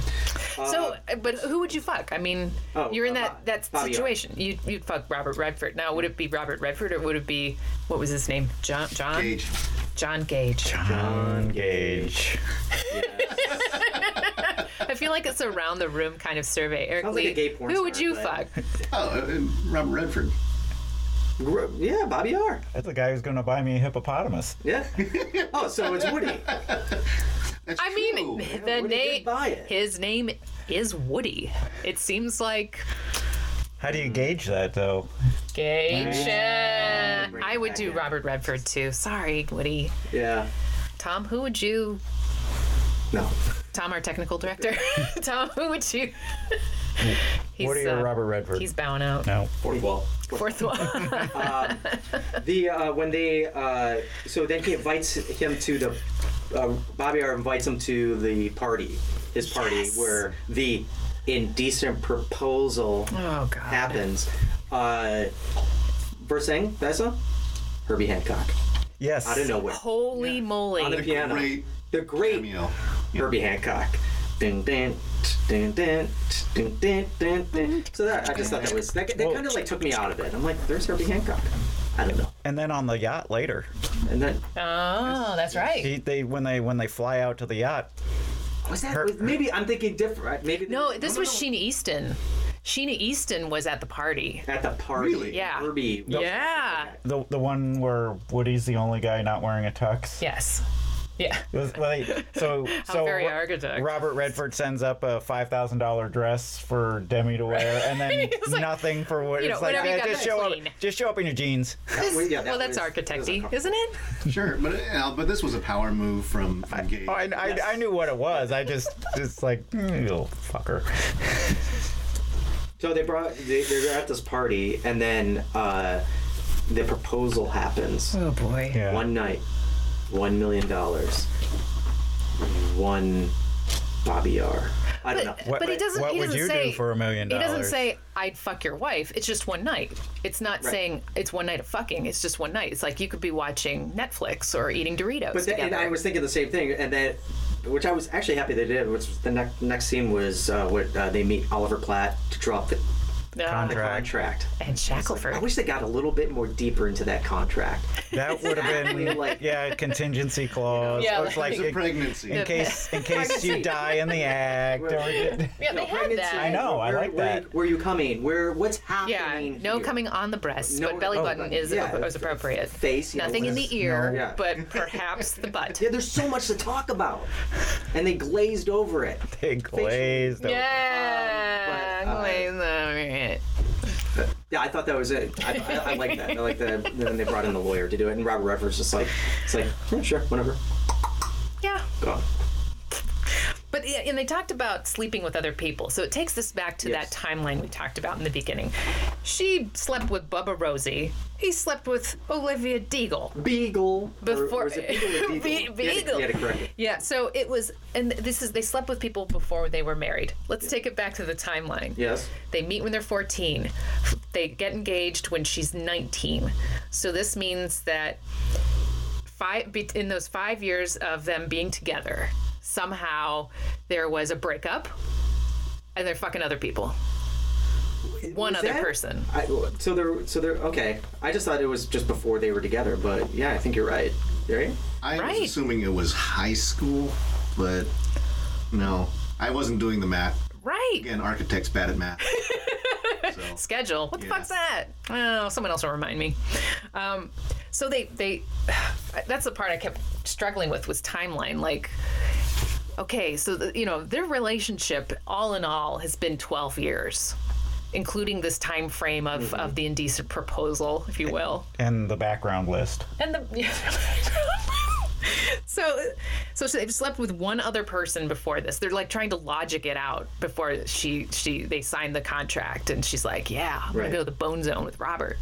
Uh,
So, uh, but who would you fuck? I mean,
Oh,
you're in
uh,
that that
Bobby R.
situation. You you'd fuck Robert Redford. Now, would it be Robert Redford or would it be what was his name? John John
Cage.
John Gage.
John Gage.
I feel like it's a round the room kind of survey. Eric
Sounds like
Lee,
a gay porn
who would
star,
you fuck?
but-
Oh, uh, uh, Robert Redford.
Gr- Yeah, Bobby R.
That's the guy who's going to buy me a hippopotamus.
Yeah. oh, so it's Woody.
That's
I mean,
true.
the
Woody did
name.
buy it.
His name is Woody. It seems like
How do you
Mm-hmm.
gauge that, though?
Gage. I would
back
do
in.
Robert Redford too. Sorry, Woody.
Yeah.
Tom, who would you?
No.
Tom, our technical director. Tom, who would you? he's,
Woody or
uh,
Robert Redford?
He's bowing out.
no.
Fourth wall.
Fourth Oh, one.
The uh, when they uh, so then he invites him to the uh, Bobby R invites him to the party, his party where the indecent proposal
oh God.
happens. Uh, first thing, Vesa, Herbie Hancock
Yes.
out of nowhere
Holy moly.
on the piano.
Great
the great
cameo.
Herbie Hancock. Dun, dun, dun, dun, dun, dun, dun, dun. So that I just thought that was that, that kind of like took me out of it. I'm like, there's Herbie Hancock. I don't know.
And then on the yacht later,
And then
oh, that's right.
he, they when they when they fly out to the yacht,
was that
Her-
was- maybe I'm thinking different. Maybe
No, this was Sheena Easton. Sheena Easton was at the party.
at the party.
Really?
Yeah.
Herbie.
Yeah.
the the one where Woody's the only guy not wearing a tux.
Yes. Yeah.
It was like- so so
very
Ro-
architect.
Robert Redford sends up a five thousand dollar dress for Demi to wear, and then
He's like,
nothing for what
you know,
it's like.
whatever you
"Yeah,
got,
just
that's
show
clean."
up, just show up in your jeans.
That was- yeah, that
well, that's
was-
architecty,
that was
isn't it?
Sure, but uh, but this was a power move from from Gage.
Oh, I, I, I knew what it was. I just just like "Mm, you little fucker.
So they brought they, they were at this party, and then uh, the proposal happens.
Oh boy.
Yeah.
One night, one million dollars, one Bobby R. I don't know.
What-
but he doesn't.
What
he
would
doesn't
you
say,
do for a million
He
dollars?
doesn't say I'd fuck your wife. It's just one night. It's not saying it's one night of fucking. It's just one night. It's like you could be watching Netflix or eating Doritos
But that,
together.
and I was thinking the same thing, and that which I was actually happy they did. Which was the next next scene was uh, what uh, they meet Oliver Platt to drop the
Ah,
Contract.
contract.
and Shackelford.
I wish they got a little bit more deeper into that contract.
That would have been
Like-
yeah, contingency clause.
Yeah,
or it's
like-
like,
It's a
in,
pregnancy.
in case in case you die in the act. Or,
yeah, they had that.
I know, I
Where-
like
where-
that.
Where are you coming? Where what's
Yeah,
happening?
no
here?
coming on the breast,
No-
but belly
oh,
button is
yeah.
was appropriate.
Face, you know,
Nothing in
there's
the ear,
no-
Yeah. Um,
but perhaps the butt.
Yeah, there's so much to talk about, and they glazed over it.
they glazed. over.
Yeah,
Um, but, uh,
glaze over it.
Yeah, I thought that was it. I, I, I like that. I like that. And then they brought in the lawyer to do it, and Robert Redford's just like, it's like, yeah, sure, whatever.
Yeah.
Go.
But yeah, and they talked about sleeping with other people, so it takes us back to
Yes.
that timeline we talked about in the beginning. She slept with Bubba Rosie. He slept with Olivia Deagle.
Beagle.
Before-
or, or is it Beagle. Or
Be-
Beagle. You had to- you had to correct it.
Yeah, so it was, and this is they slept with people before they were married. Let's take it back to the timeline.
Yes.
They meet when they're 14. They get engaged when she's 19. So this means that five be- in those 5 years of them being together, somehow there was a breakup and they're fucking other people. One
Was
other
that-
person.
I, so they're so they're okay. I just thought it was just before they were together, but yeah, I think you're right. Right?
I
Right.
was assuming it was high school, but no, I wasn't doing the math.
Right.
Again, architects bad at math. so
schedule. What the fuck's that? Oh, someone else will remind me. Um, so they they that's the part I kept struggling with was timeline. Like, okay, so the, you know their relationship, all in all, has been twelve years, including this time frame of
Mm-hmm.
of the indecent proposal, if you will,
And the background list.
and the. So, so they've slept with one other person before this. They're like trying to logic it out before she she they signed the contract, and she's like, "Yeah, I'm gonna
Right.
go to the bone zone with Robert."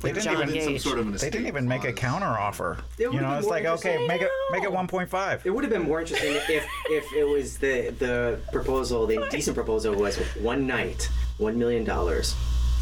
they didn't
John
even in some
Gage.
sort of an
They didn't
escape
even make a
clause.
counter offer.
It
you
would've
know,
been
it's
more
like
interesting.
okay, make it make it
know.
one point five.
It would have been more interesting if if it was the the proposal, the decent proposal was one night, one million dollars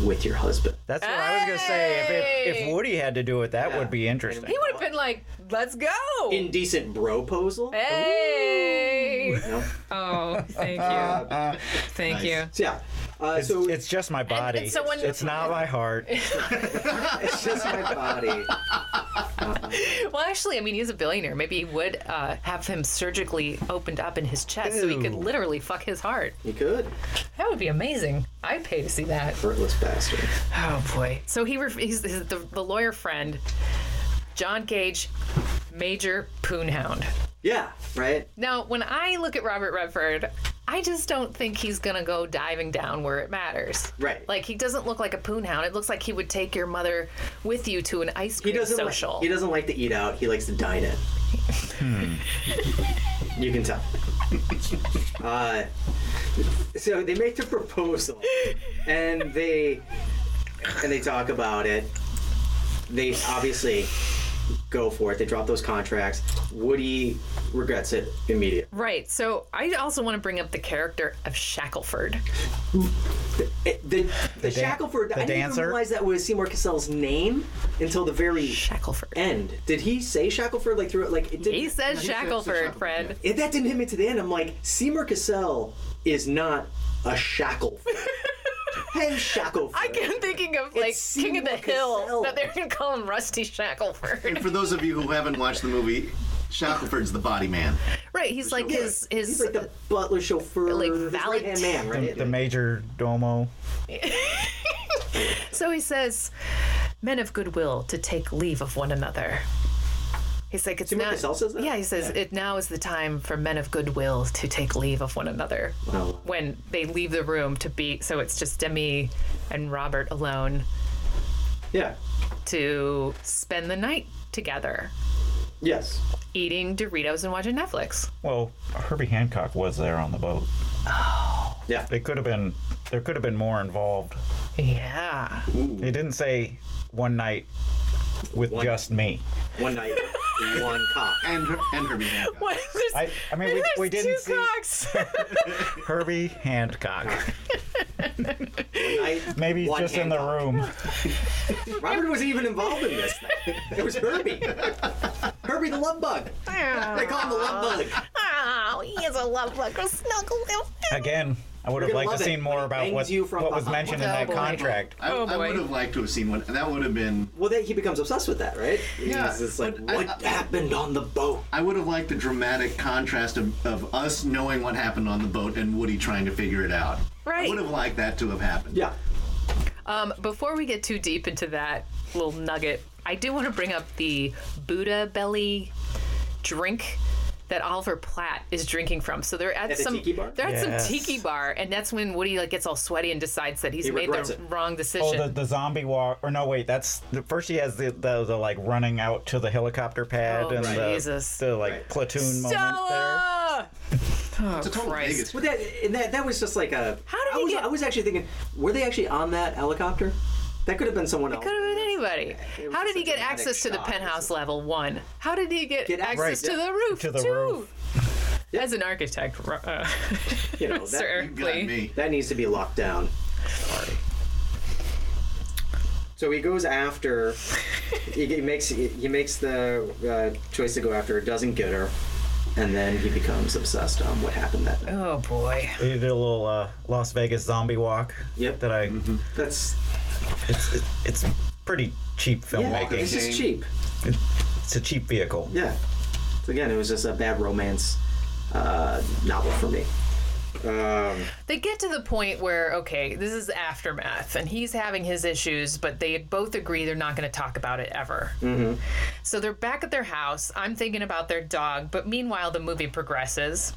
with your husband.
That's what I was gonna say. If, if,
Hey!
if Woody had to do it, that would be interesting.
He would have been like, "Let's go."
Indecent bro proposal.
hey.
You know?
Oh, thank you.
Uh,
thank you.
So yeah. Uh,
It's,
so
it's just my body.
and so when-
it's not my heart.
it's just my body.
Well, I Especially, I mean, he's a billionaire. Maybe he would uh, have him surgically opened up in his chest so he could
Ew.
literally fuck his heart.
You could.
That would be amazing. I'd pay to see that.
Heartless bastard.
Oh boy. So he ref- he's, he's the, the lawyer friend, John Gage, Major Poonhound.
Yeah, right?
Now, when I look at Robert Redford, I just don't think he's gonna go diving down where it matters.
Right.
Like he doesn't look like a poonhound. It looks like he would take your mother with you to an ice
He
cream
doesn't
social.
Like, he doesn't like to eat out. He likes to dine in.
Hmm.
you can tell. Uh, so they make the proposal, and they and they talk about it. They obviously go for it. They drop those contracts. Woody regrets it immediately.
right. So I also want to bring up the character of Shackelford.
It- the
dan-
the Shackleford.
the
I didn't
dancer?
even realize that was Seymour Cassell's name until the very
Shackelford.
end. Did he say Shackleford like through it? Like it didn't.
He says Shackelford, friend.
If that didn't hit me to the end, I'm like, Seymour Cassell is not a shackle. hey, shackle.
I kept thinking of like
It's
King of the
Seymour
Hill
Cassell.
that they're gonna call him Rusty Shackelford.
For those of you who haven't watched the movie, Shackelford's the body man.
Right. He's like his his
He's like the butler chauffeur,
Like
his right-hand
valet.
man, right?
The major domo.
So he says, "Men of goodwill to take leave of one another." He's like, "It's
Seymour
now."
Cassell says that?
Yeah, he says it now is the time for men of goodwill to take leave of one another.
Wow.
When they leave the room to be, so it's just Demi and Robert alone
yeah.
to spend the night together,
Yes.
eating Doritos and watching Netflix.
Well, Herbie Hancock was there on the boat.
Yeah.
It could have been. There could have been more involved.
Yeah.
It didn't say one night with just me.
One night, one cop.
And, Her- and Herbie Hancock.
What? There's,
I, I mean, we,
there's
we
two
didn't see
cocks.
Herbie Hancock.
One night,
Maybe
one
just in the
Hancock.
room.
Robert was even involved in this. Thing. It was Herbie. Herbie the love bug. They call him the
Ah.
love bug.
oh, he is a love bug. Go snuggle him.
Again, I would have
gonna
liked to
love it
seen
when
more
he
about
bangs
what,
you from
what was
behind.
mentioned in
Oh,
that
boy.
contract.
I,
Oh,
I
boy.
would have liked to have seen one. That would have been.
Well, that he becomes obsessed with that, right?
Yeah,
He's just like,
but I-
what happened on the boat?
I would have liked the dramatic contrast of, of us knowing what happened on the boat and Woody trying to figure it out. I
Right.
would have liked that to have happened.
Yeah.
Um, before we get too deep into that little nugget, I do want to bring up the Buddha belly drink that Oliver Platt is drinking from. So they're at,
At a
some
tiki bar?
they're at
Yes.
some tiki bar, and that's when Woody like gets all sweaty and decides that he's
He
made
regrets
the
it.
wrong
Oh,
decision.
the, the zombie walk. Or no, wait. That's the, first. He has the, the the like running out to the helicopter pad
Oh,
and the,
Jesus.
the like platoon moment there.
Stella! Oh,
it's a total
Christ.
Vegas.
But that and that that was just like a.
How did
I
he
was,
get-
I was actually thinking, were they actually on that helicopter? That could have been someone else.
Could have been anybody.
was
How
just
did he
a
get
dramatic
access to the
shock or
penthouse level one? How did he get,
Get access-
access
Right.
to the roof
To the
two?
roof.
As an architect, ro- uh,
You know,
Sir
that,
You got
Erkley.
me.
that needs to be locked down. Sorry. So he goes after. he, he makes he makes the uh, choice to go after her. Doesn't get her, and then he becomes obsessed on what happened that night.
Oh boy.
He did a little uh, Las Vegas zombie walk.
Yep.
That
Mm-hmm.
I.
That's
It's it, it's pretty cheap
yeah.
filmmaking.
This is cheap.
It's a cheap vehicle.
Yeah. So again, it was just a bad romance uh, novel for me. Um,
They get to the point where, okay, this is aftermath, and he's having his issues, but they both agree they're not going to talk about it ever.
Mm-hmm.
So they're back at their house. I'm thinking about their dog, but meanwhile, the movie progresses.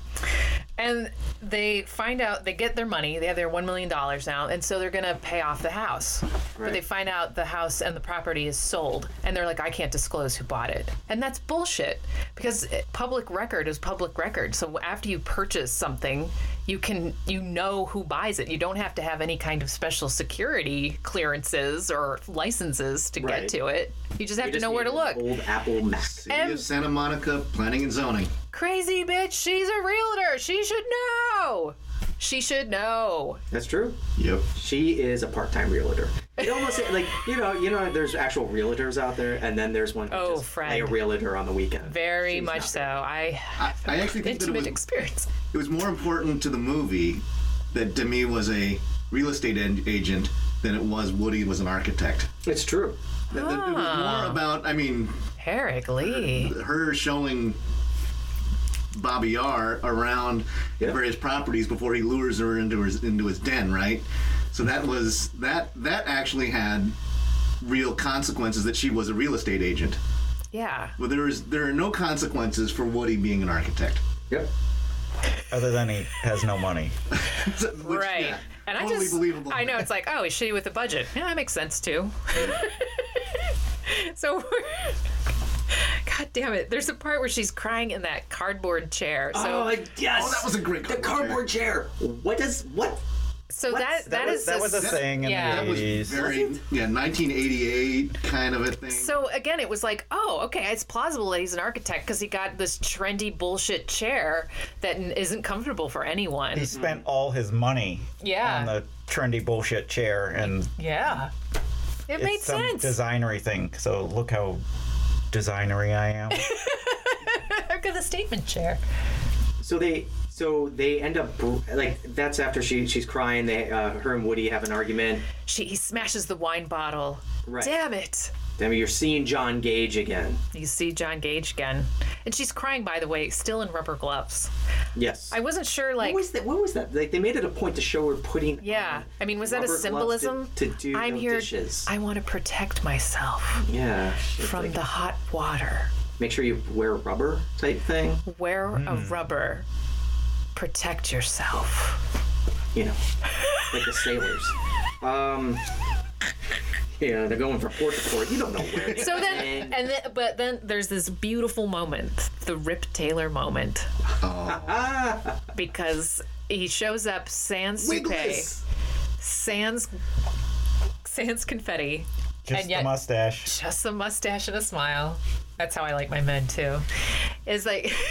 And they find out they get their money. They have their $1 million now, and so they're going to pay off the house. But they find out the house and the property is sold, and they're like, I can't disclose who bought it. And that's bullshit because it- public record is public record. So after you purchase something, you can you know who buys it. You don't have to have any kind of special security clearances or licenses to
Right.
get to it. You just have
I
to
just
know where to
need
look.
an Old Apple mess.
City of Santa Monica Planning and Zoning.
Crazy bitch, she's a realtor. She should know. She should know.
That's true.
Yep.
She is a part-time realtor. You almost say, like you know you know there's actual realtors out there, and then there's one who
Oh,
just
friend.
play a realtor on the weekend.
Very much so. I
I,
have
I actually think that it
intimate
was,
experience.
it was more important to the movie that Demi was a real estate en- agent than it was Woody was an architect.
It's true.
That- that It was more about, I mean,
Eric Lee.
her showing Bobby R around
Yeah.
various properties before he lures her into his into his den, right? So that was that that actually had real consequences that she was a real estate agent.
Yeah.
But there is there are no consequences for Woody being an architect.
Yep.
Other than he has no money.
So- which,
Right.
yeah,
and I
totally
just
believable.
I know it's like, oh, he's shitty with the budget. Yeah, that makes sense too. so we're- God damn it. There's a part where she's crying in that cardboard chair. So
I- yes.
Oh, that was a great
The
cardboard
cardboard chair. What does what?
so
what?
that
That, was,
is
that was a
s-
thing in
yeah.
That
the
was
80s.
very yeah, 1988 kind of a thing.
So again, it was like, oh, okay, it's plausible that he's an architect because he got this trendy bullshit chair that n- isn't comfortable for anyone.
he spent all his money
Yeah.
on the trendy bullshit chair and
yeah, it made
it's some
sense.
designery thing. So look how designery I am.
Look at the statement chair.
So they so they end up br- like that's after she she's crying. They uh, her and Woody have an argument.
She he smashes the wine bottle.
Right.
Damn it.
Then you're seeing John Gage again.
You see John Gage again. And she's crying, by the way, still in rubber gloves.
Yes.
I wasn't sure, like,
what was that? What was that? Like they made it a point to show her putting.
yeah.
on
I mean, was that a
rubber gloves to-
symbolism?
to, do
I'm
no
here.
dishes?
I want to protect myself
yeah. It's
from
like,
the hot water.
make sure you wear rubber type thing.
Wear a rubber. Protect yourself.
You know, like the sailors. Um. Yeah, they're going from port to port. You don't know where.
So then, and then, but then there's this beautiful moment, the Rip Taylor moment, Oh. because he shows up sans toupee,
Wiggles.
sans, sans confetti,
Just
yet-
the mustache.
just a mustache and a smile. That's how I like my men too. Is like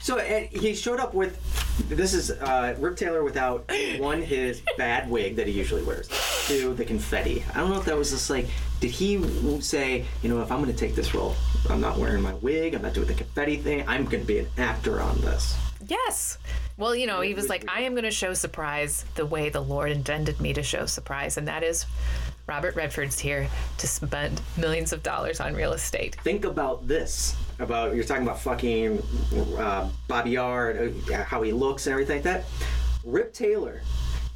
So and he showed up with this is uh, Rip Taylor without one his bad wig that he usually wears, two the confetti. I don't know if that was just like did he w- say you know if I'm going to take this role, I'm not wearing my wig, I'm not doing the confetti thing, I'm going to be an actor on this.
yes. Well, you know, he was like, I am going to show surprise the way the Lord intended me to show surprise, and that is Robert Redford's here to spend millions of dollars on real estate.
Think about this about you're talking about fucking uh, Bobby Yard, uh, how he looks and everything like that. Rip Taylor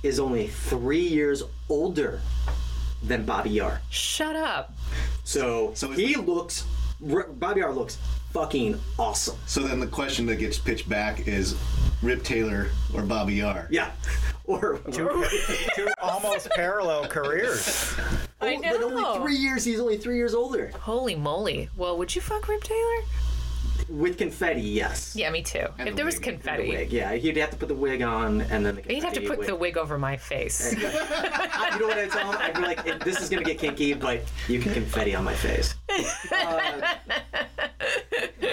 is only three years older than Bobby Yard.
Shut up.
So,
So is-
he looks, R- Bobby R looks fucking awesome.
So then the question that gets pitched back is Rip Taylor or Bobby Yar?
Yeah. Or,
Two almost parallel careers.
I
Oh, but only
know.
three years, he's only three years older.
Holy moly. Well, would you fuck Rip Taylor?
With confetti, yes.
Yeah, me too.
And
if
the
there was
wig. And the
The
confetti,
wig, yeah. He'd have to put the wig on and then the confetti.
you'd have to put the wig over my face.
I- You know what I'd tell him? I'd be like, "It- this is going to get kinky, but you can confetti on my face.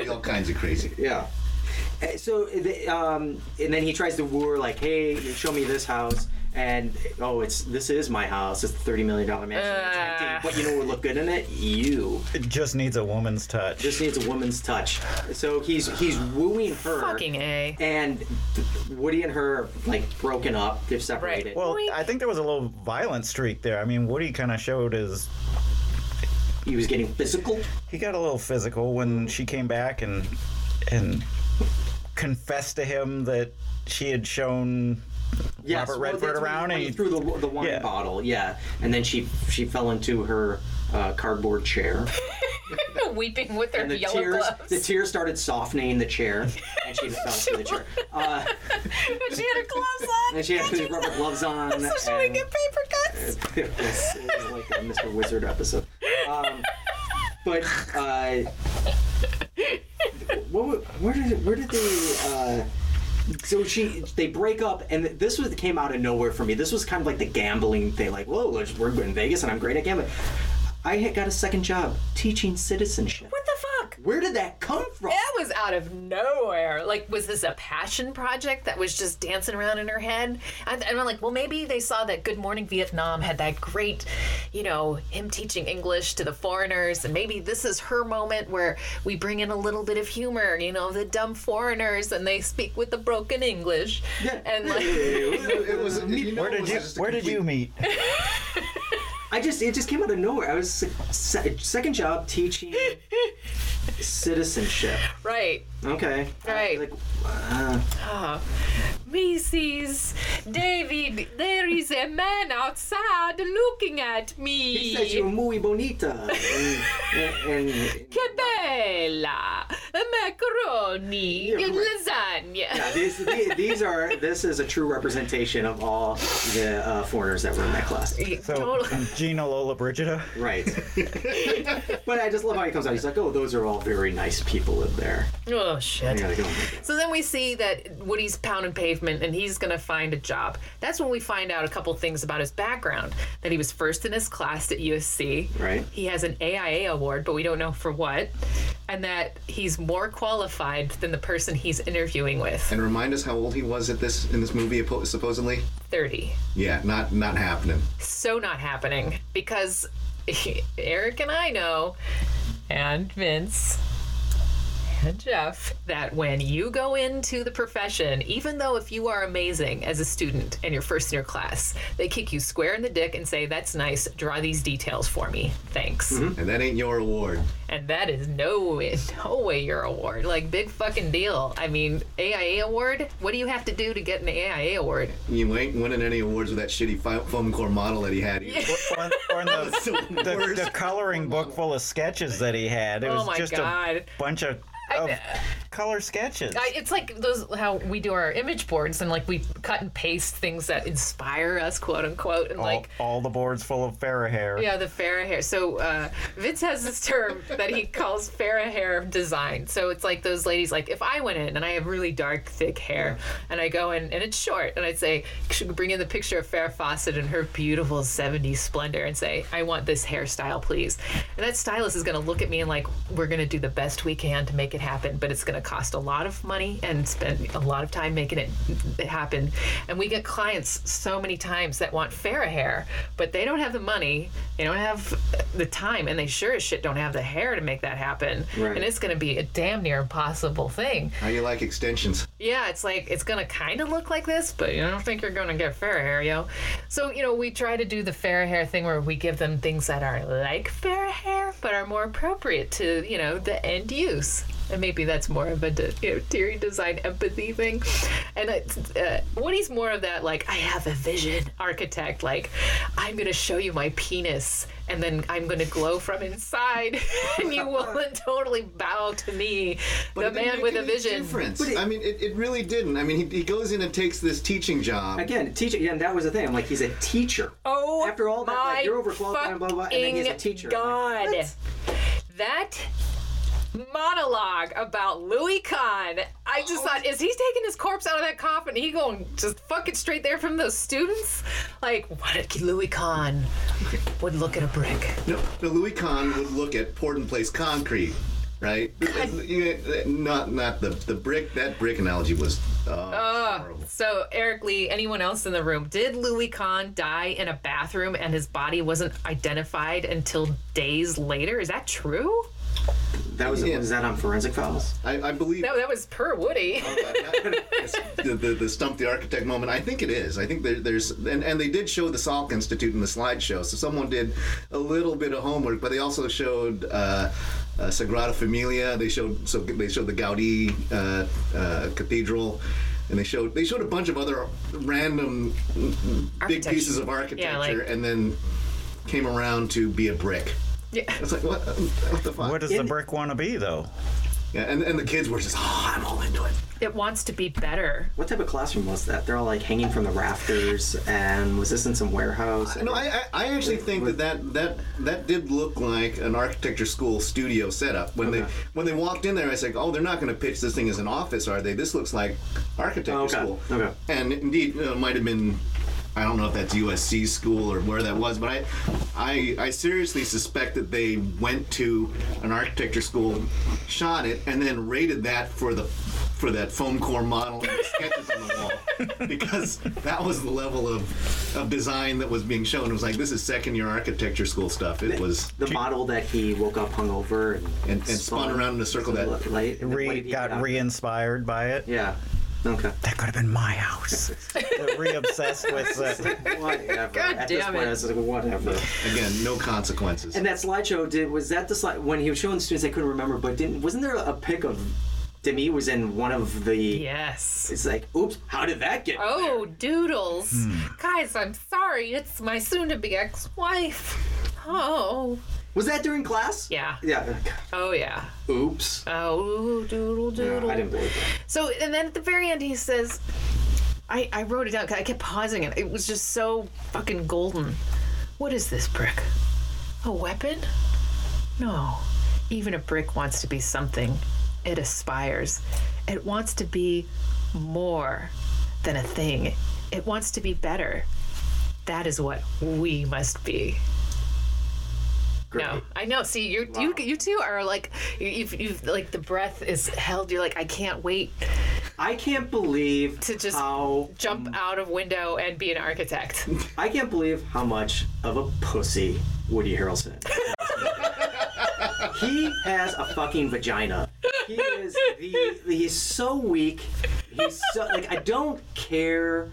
All kinds of crazy.
Yeah. Uh, So, the, um, and then he tries to woo her, like, hey, show me this house. And oh, it's this is my house. It's the thirty million dollar mansion. It's
Uh.
empty, But you know what would look good in it? You.
It just needs a woman's touch.
just needs a woman's touch. So he's he's wooing her.
Fucking A.
And Woody and her are like broken up. They're separated.
Right.
Well,
well,
Boink.
I think there was a little violent streak there. I mean, Woody kind of showed his.
he was getting physical.
He got a little physical when she came back and and confessed to him that she had shown
Yes,
Robert
well,
Redford
that's when he-
around
when
and
he
he-
threw the, the wine
Yeah.
bottle. Yeah, and then she she fell into her uh, cardboard chair,
Weeping with her
and the
yellow
tears
gloves.
the tears started softening the chair, and she fell into the chair. Uh,
she had her gloves on.
and she had these rubber gloves on.
So she would
and-
get paper cuts.
it was, it was like a Mr. Wizard episode. Um, but uh, what, wa- where did where did they? Uh, so she they break up, and this was came out of nowhere for me. This was kind of like the gambling thing. Like, whoa, let's- we're in Vegas, and I'm great at gambling. I had got a second job teaching citizenship.
What the fuck?
Where did that come from?
That was out of nowhere. Like, was this a passion project that was just dancing around in her head? And, and I'm like, well, maybe they saw that Good Morning Vietnam had that great, you know, him teaching English to the foreigners, and maybe this is her moment where we bring in a little bit of humor, you know, the dumb foreigners, and they speak with the broken English.
Yeah.
And like,
It was. You know,
Where
it
did
was
you
just a
Where did
complete-
you meet?
I just it just came out of nowhere. I was se- se- second job teaching citizenship.
Right.
Okay.
Right.
Like, uh,
Mrs. David, there is a man outside looking at me.
he says you're muy bonita. And, and, and-
Che bella! Macaroni!
Yeah, right.
Lasagna!
yeah, these, the- these are this is a true representation of all the uh, foreigners that were in that class.
So
Oh,
Gina Lola Brigida.
Right. but I just love how he comes out. He's like, oh, those are all very nice people in there.
Oh, shit.
And you're like, oh my God.
So then we see that Woody's pounding pavement and he's going to find a job. That's when we find out a couple things about his background that he was first in his class at USC.
Right.
He has an AIA award, but we don't know for what. And that he's more qualified than the person he's interviewing with.
And remind us how old he was at this in this movie appo- supposedly.
30.
Yeah, not not happening.
so not happening because Eric and I know, and Vince and Jeff, that when you go into the profession, even though if you are amazing as a student and you're first in your class, they kick you square in the dick and say, That's nice, draw these details for me. Thanks.
Mm-hmm. And that ain't your award.
And that is no way, no way your award. Like, big fucking deal. I mean, AIA award? What do you have to do to get an AIA award?
You ain't winning any awards with that shitty fi- foam core model that he had. either.
Or, in- or in the,
the
the,
worst.
the coloring book full of sketches that he had. It
Oh
was
my
just
God.
a bunch of, of color sketches.
I, it's like those how we do our image boards and like we cut and paste things that inspire us, quote unquote, and
all,
like.
all the boards full of Farrah hair.
Yeah, the Farrah hair. So uh, Vince has this term that he calls Farrah hair design. So it's like those ladies, like if I went in and I have really dark, thick hair, and I go in and it's short, and I'd say, should bring in the picture of Farrah Fawcett in her beautiful '70s splendor, and say, I want this hairstyle, please. And that stylist is going to look at me and like, we're going to do the best we can to make it happen, but it's going to cost a lot of money and spend a lot of time making it it happen. And we get clients so many times that want Farrah hair, but they don't have the money, they don't have the time, and they sure as shit don't have the hair to make that happen.
Right.
And it's going to be a damn near impossible thing.
How you like extensions?
Yeah, it's like it's gonna kind of look like this, but I don't think you're gonna get fair hair, yo. So you know, we try to do the fair hair thing where we give them things that are like fair hair, but are more appropriate to you know the end use. And maybe that's more of a de- you know, theory design empathy thing. And it's, uh, Woody's more of that like I have a vision architect. Like I'm gonna show you my penis, and then I'm gonna glow from inside, and you will totally bow to me, the
It didn't
man
make
with a
any
vision.
Difference. I mean, it, it really didn't. I mean, he, he goes in and takes this teaching job.
Again, teacher. Yeah, and that was the thing. I'm like, he's a teacher.
Oh,
After all that, like,
my
you're overqualified and blah, blah, blah, and then he's a
fucking
teacher.
God,
I'm like,
that monologue about Louis Kahn. I just
Oh.
thought, is he taking his corpse out of that coffin? He going just fucking straight there from those students? Like, what if Louis Kahn would look at a brick?
No, no, Louis Kahn would look at Portland Place concrete, right? You- Not not the the brick. That brick analogy was uh, horrible.
So, Eric Lee, anyone else in the room, did Louis Kahn die in a bathroom and his body wasn't identified until days later? Is that true?
That was
Yeah.
was that on Forensic Files?
I, I believe
No, that was per Woody.
the, the the stump the architect moment. I think it is. I think there, there's and, and they did show the Salk Institute in the slideshow. So someone did a little bit of homework, but they also showed uh, uh, Sagrada Familia. They showed so they showed the Gaudi uh, uh, Cathedral. And they showed they showed a bunch of other random big
Architecture.
pieces of
Yeah,
architecture,
like-
and then came around to be a brick.
Yeah.
It's like what, what the fuck?
What does the brick want to be, though?
yeah, and and the kids were just oh, I'm all into it.
It wants to be better.
What type of classroom was that? They're all like hanging from the rafters, and was this in some warehouse?
No, I, I, I actually think that, that that that did look like an architecture school studio setup. When they when they walked in there, I said, "Oh, they're not going to pitch this thing as an office, are they? This looks like architecture
Oh, okay.
school."
Okay.
And indeed, uh, it might have been. I don't know if that's USC school or where that was, but I, I, I seriously suspect that they went to an architecture school, shot it, and then rated that for the, for that foam core model and the sketches on the wall, because that was the level of, of design that was being shown. It was like this is second year architecture school stuff. It was
The model that he woke up hungover and,
and spun around in a circle that-
light, and the
Re,
white-
got
yeah.
re-inspired by it.
Yeah. Okay.
That could have been my house. Re-obsessed with the,
Whatever.
God
At this
damn
point,
it.
I was like, whatever.
Again, no consequences.
And that slideshow did was that the slide when he was showing students I couldn't remember, but didn't wasn't there a pic of Demi was in one of the
Yes.
It's like, oops, how did that get?
Oh, doodles. Guys, I'm sorry. It's my soon to be ex wife. Oh.
Was that during class?
Yeah.
Yeah.
Oh, yeah.
Oops.
Oh, doodle, doodle.
I didn't believe that.
So, and then at the very end, he says, I, I wrote it down 'cause I kept pausing it. It was just so fucking golden. What is this brick? A weapon? No. Even a brick wants to be something, it aspires. It wants to be more than a thing, it wants to be better. That is what we must be. No, I know. See, you you you two are like you you've, you've like the breath is held. You're like I can't wait
I can't believe
To just-
how
jump out of window and be an architect.
I can't believe how much of a pussy Woody Harrelson. is. he has a fucking vagina. He is the he's so weak. He's so like I don't care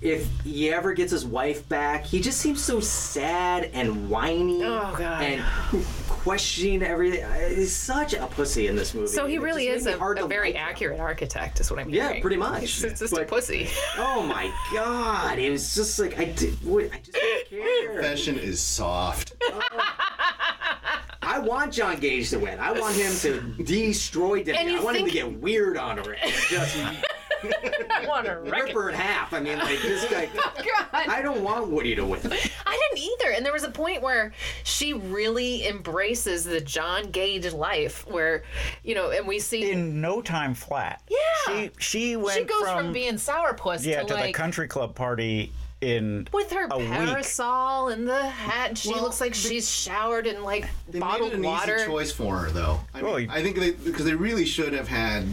if he ever gets his wife back. He just seems so sad and whiny
Oh, God.
and questioning everything. I- He's such a pussy in this movie.
So he
It
really
just
is
made me
a,
hard
a
to
very
like him.
accurate architect, is what I'm
Yeah,
hearing.
pretty much.
He's just, just a
But-
pussy.
Oh my god! It was just like I did. what- I just don't care.
Fashion is soft.
I want John Gage to win. I want him to destroy
And
Demi.
you
I want him to
think-
get weird on her and just
I want to
rip her in half. I mean, like this guy.
God.
I don't want Woody to win.
I didn't either. And there was a point where she really embraces the John Gage life, where you know, and we see
in no time flat.
Yeah.
She she went
she goes from, being sourpuss
yeah
to,
to,
like
the country club party in
with her
a week.
parasol and the hat. And she
Well,
looks like she's showered in like
They
bottled
made it an
water.
easy choice for her, though. I, mean,
Well, you-
I think they because they really should have had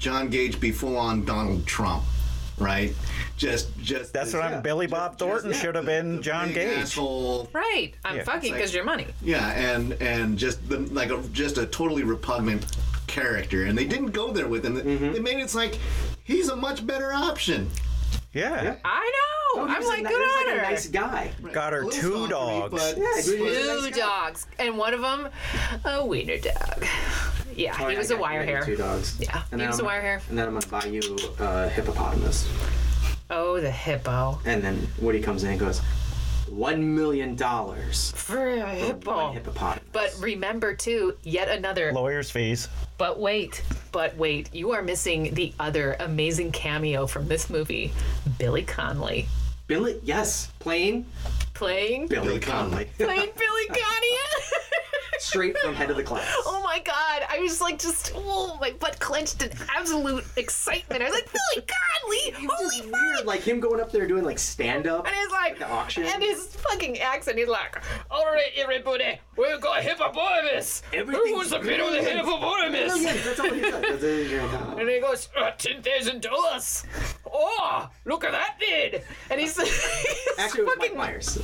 John Gage be full on Donald Trump, right? Just, just.
That's what I'm. Billy Bob Thornton should have been John
big
Gage.
Asshole.
Right. I'm
Yeah.
fucking because your money.
Yeah, and and just the, like a, just a totally repugnant character, and they didn't go there with him.
Mm-hmm.
They made it like he's a much better option.
Yeah.
I know.
Oh, He
I'm
was
like,
a,
good
he was
on
like
her.
a nice guy.
Got her
A little
two
stalkery,
dogs.
but-
Yeah, he was a nice
two
guy.
dogs, and one of them a wiener dog. Yeah,
Oh,
he
yeah,
was
I
a
got
wire
you. Two
hair.
dogs.
Yeah,
And
he
then
was a
I'm-
wire hair.
And then I'm gonna buy you a hippopotamus.
Oh, the hippo.
And then Woody comes in and goes, one million dollars.
For a
One
hippo.
hippopotamus.
Oh. But remember too, yet another.
Lawyers fees.
But wait, but wait, you are missing the other amazing cameo from this movie, Billy Conley
Billy, yes, plain
playing
Billy,
Billy
Conley.
Connolly.
playing Billy Conley.
Straight from head of the class.
Oh my god! I was like, just oh, my butt clenched in absolute excitement. I was like, Billy Conley,
It was
holy
just weird, like him going up there doing like stand up.
And he's like,
the auction.
and his fucking accent, he's like, all right, everybody, we've got hippopotamus. Who wants a bit of the hippopotamus?
Yeah, that's all he said.
And he goes, uh, $10,000. Oh, look at that dude. And he's, his,
Actually, it was Mike
fucking,
Myers.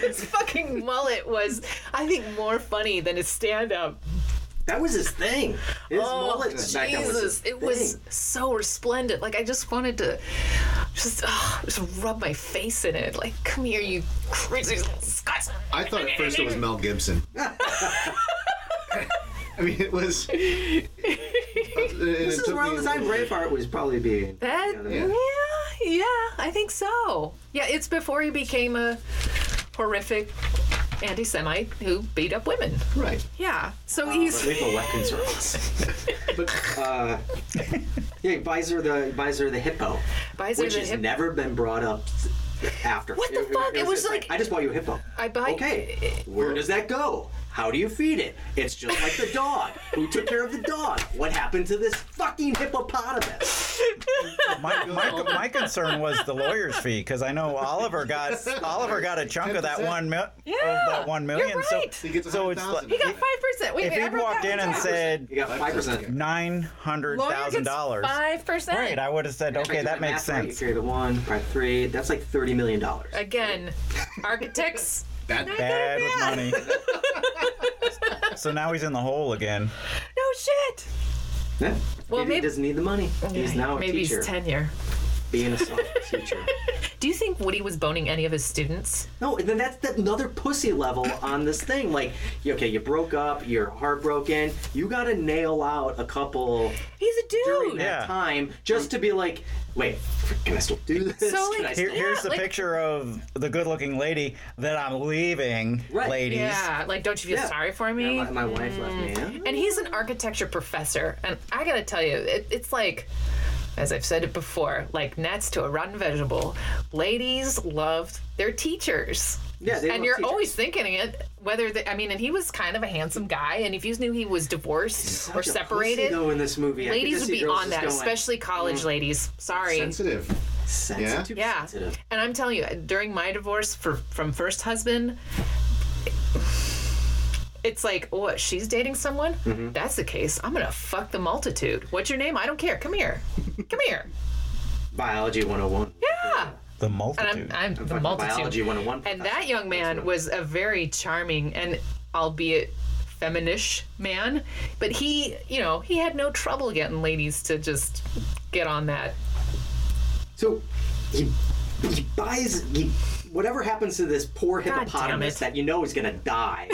his fucking mullet was, I think, more funny than his stand up.
That was his thing. His mullet back then was
Oh, Jesus,
his
it was
thing.
so resplendent. Like, I just wanted to just, ah, just rub my face in it. Like, come here, you crazy Scotsman.
I thought at first it was Mel Gibson. I mean, it was. This
This is around the time Braveheart was probably being.
That yeah.
Yeah.
yeah, I think so. Yeah, it's before he became a horrific anti-Semite who beat up women.
Right.
Yeah, so he's
Lethal weapons are awesome. But uh, yeah, he buys her the he buys her the hippo,
buys her
which
the
has
hip.
never been brought up after.
What the fuck? It was
just
like-
I just bought you a hippo.
I buy-
Okay, where does that go? How do you feed it? It's just like the dog. Who took care of the dog? What happened to this fucking hippopotamus?
My, my, my concern was the lawyer's fee because I know Oliver got Oliver got a chunk of that one mil,
Yeah,
of that one
you're
million. So,
right. He
gets
so it's
100,000.
like,
he got five percent. Wait,
if
wait, I
he
wrote
walked
that
in and
down.
said
You got five percent.
nine hundred
Lawyer
thousand
gets
dollars,
five percent.
right? I would have said, okay, that makes sense.
Right, the one, part three. That's like thirty million dollars.
Again, architects.
That
Bad with money. so now he's in the hole again.
No shit.
Yeah.
Well,
he
maybe-
doesn't need the money. He's now a
maybe
teacher.
he's tenure.
Being a soft teacher.
Do you think Woody was boning any of his students?
No, and then that's that another pussy level on this thing. Like, you- okay, you broke up, you're heartbroken. You got to nail out a couple
He's a
during
dude.
that
Yeah.
time just to be like, wait, can I still do this?
So,
Can I
like,
Here,
still-
here's the
like-
picture of the good-looking lady that I'm leaving,
Right.
ladies.
Yeah, like don't you feel
Yeah.
sorry for me?
Yeah, my, my wife left me. Yeah.
And he's an architecture professor, and I gotta tell you, it, it's like, as I've said it before, like gnats to a rotten vegetable. Ladies loved their teachers.
Yeah, they
and
love
you're
teachers.
always thinking it. Whether the, I mean, and he was kind of a handsome guy, and if you knew he was divorced or
Such a
separated,
pussy, though in this movie, I could
ladies
just
would
see
be
girls
on
just
that,
going,
especially college ladies. Sorry,
Sensitive.
sensitive,
Yeah?
too
yeah,
sensitive.
and I'm telling you, during my divorce for, from first husband, it's like, oh, what? She's dating someone?
Mm-hmm.
That's the case. I'm gonna fuck the multitude. What's your name? I don't care. Come here. Come here.
Biology 101.
Yeah.
The
And
multitude.
I'm, I'm the
fucking
multitude.
biology 101
And
professor.
that young man was a very charming and, albeit, feminish man. But he, you know, he had no trouble getting ladies to just get on that.
So he, he buys he, whatever happens to this poor
damn
hippopotamus
it.
that you know is gonna die.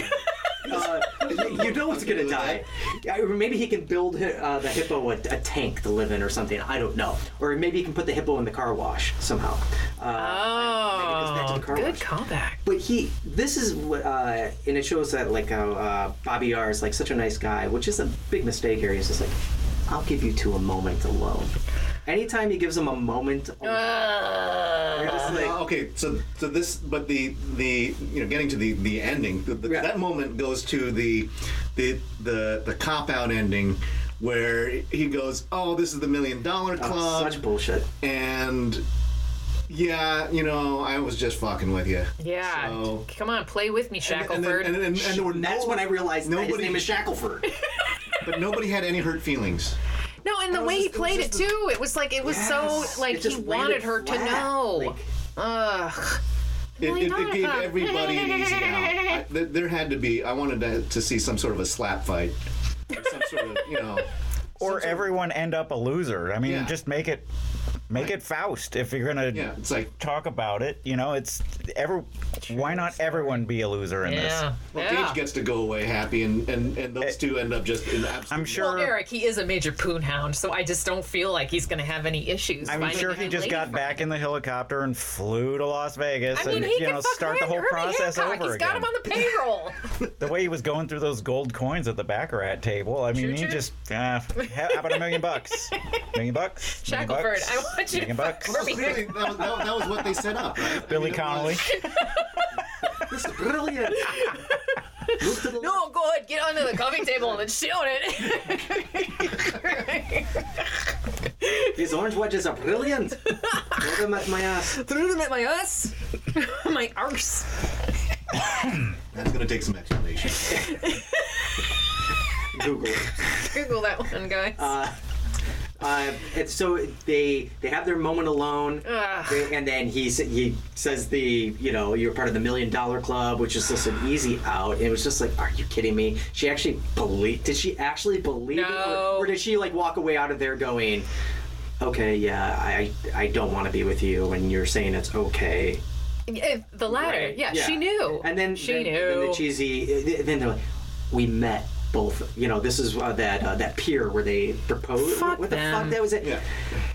Uh, you you know it's gonna die. Yeah, or Maybe he can build hi- uh, the hippo a, a tank to live in or something. I don't know. Or maybe he can put the hippo in the car wash somehow. Uh, back to the
Oh,
car
good
wash.
callback.
but he, this is what, uh, and it shows that like how uh, Bobby R is like such a nice guy, which is a big mistake here. He's just like, I'll give you two a moment alone. Anytime he gives him a moment, alone, you're just like,
Uh, okay, so so this, but the the you know getting to the the ending, the, the,
Yeah.
that moment goes to the the the the cop out ending where he goes, oh, this is the million dollar
Oh,
club,
such bullshit.
and yeah, you know, I was just fucking with you.
Yeah.
So-
Come on, play with me, Shackleford.
And, then- and, and, and, there were no-
That's when I realized that his
nobody-
name is Shackleford.
but nobody had any hurt feelings.
no, and the
was
way he
just- it was
played it,
just the-
too, it was like it was
Yes,
so like
it
he
just
wanted
landed
her to
flat,
know.
like-
Ugh.
It,
Well,
it,
not
it gave
about-
everybody an easy out. I, there, there had to be. I wanted to, to see some sort of a slap fight, or some sort of you know.
or everyone end up a loser. I mean,
Yeah.
just make it make it Faust if you're gonna
Yeah, it's like
talk about it. You know, it's every. Why not everyone be a loser in this?
Yeah.
well,
yeah.
Gage gets to go away happy, and and, and those two end up just in absolute.
I'm
well,
sure.
Eric, he is a major poon hound, so I just don't feel like he's going to have any issues.
I'm
finding
sure
a
he just
lady
got
friend.
back in the helicopter and flew to Las Vegas
I mean,
and
he
you
can
know
fuck
start the
Herbie
whole process
Hancock.
over
He's
again.
got him on the payroll.
the way he was going through those gold coins at the baccarat table, I mean, he
Choo-choo.
just uh, how about a million bucks? Million bucks? Million
Shackelford,
bucks?
I want you to
Million bucks.
fuck Herbie.
Really, that, was, that, was- that was what they set up, right?
Billy
I mean, it
Connolly.
was-
this is brilliant. Move to the left.
no, go ahead, get onto the coffee table and then shit on it.
These orange wedges are brilliant. Throw them at my ass.
Threw them at my ass. my arse.
That's gonna take some explanation.
Google it.
Google that one, guys.
Uh, and so they they have their moment alone,
Uh.
They- and then he sa- he says the you know you're part of the million dollar club, which is just an easy out. And it was just like, are you kidding me? She actually believe? Did she actually believe it,
No.
or, or did she like walk away out of there going, okay, yeah, I I don't want to be with you, and you're saying it's okay.
Yeah, the latter.
Right,
Yeah, she knew.
And then
she
then,
knew.
Then the cheesy. Then they're like, we met both. You know, this is uh, that uh, that pier where they proposed.
Fuck
what
them.
the fuck? That was it.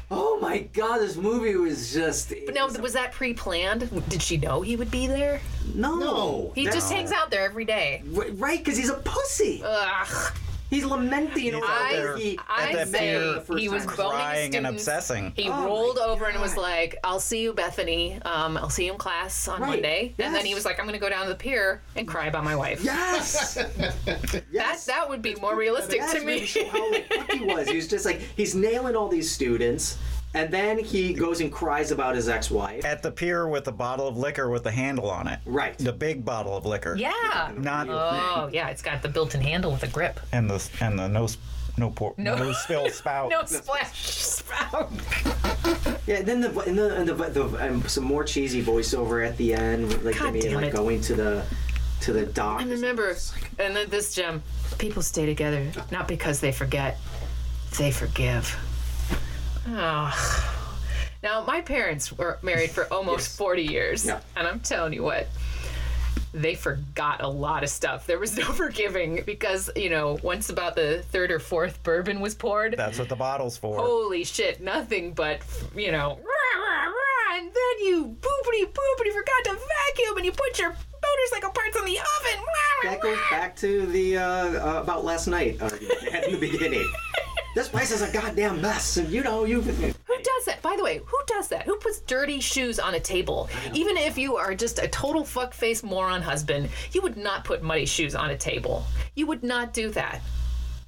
Oh my god, this movie was just.
But now, was that pre-planned? Did she know he would be there?
no,
No.
He just hangs out there every day.
R- right because he's a pussy.
Ugh.
he's lamenting over
out
where
there
he.
I
that
say
pier
the first
he was
time.
boning
Crying and
students.
obsessing.
He
Oh my
rolled over and was
God.
like, "I'll see you, Bethany. Um, I'll see you in class on
Right,
Monday." And then
yes.
he was like, "I'm going to go down to the pier and cry about my wife."
Yes.
That
yes.
that would be more realistic
That's
to
really
me.
show how like, fucked he was. He was just like he's nailing all these students, and then he goes and cries about his ex-wife.
At the pier with a bottle of liquor with a handle on it.
Right.
The big bottle of liquor.
yeah.
Not
Oh yeah, it's got the built-in handle with a grip.
and the and the no sp- no por-
No.
no. spill spout.
No splash spout.
Yeah, and then the and the, and the, the um, some more cheesy voiceover at the end, like I
God
mean,
damn
like
it.
going to the to the dock.
And remember, and then this gem, people stay together not because they forget, they forgive. Oh. Now, my parents were married for almost 40 years,
Yeah.
and I'm telling you what, they forgot a lot of stuff. There was no forgiving because, you know, once about the third or fourth bourbon was poured,
That's what the bottle's for.
holy shit, nothing but, you know, rah, rah, rah, and then you boopity boopity forgot to vacuum and you put your motorcycle parts on the oven. Rah, rah,
That goes
rah.
back to the uh, uh, about last night argument we had in the beginning. This place is a goddamn mess, and you know you.
Who does that? By the way, who does that? Who puts dirty shoes on a table? Even if you are just a total fuckface moron husband, you would not put muddy shoes on a table. You would not do that.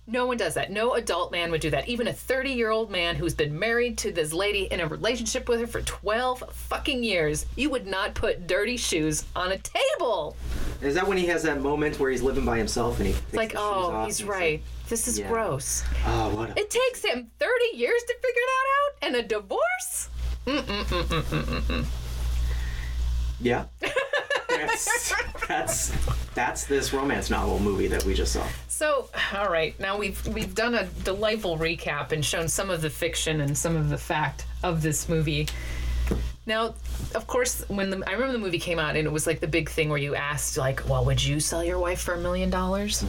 No one does that. No adult man would do that. Even a 30 year old man who's been married to this lady in a relationship with her for 12 fucking years, you would not put dirty shoes on a table.
Is that when he has that moment where he's living by himself and he? takes
It's like,
his shoes
oh,
off
he's
and like,
right. This is
Yeah.
gross.
Oh, what? A-
It takes him 30 years to figure that out and a divorce?
yeah. That's, that's that's this romance novel movie that we just saw.
So, all right, now we've we've done a delightful recap and shown some of the fiction and some of the fact of this movie. Now, of course, when the I remember the movie came out and it was like the big thing where you asked like, "Well, would you sell your wife for a million dollars?"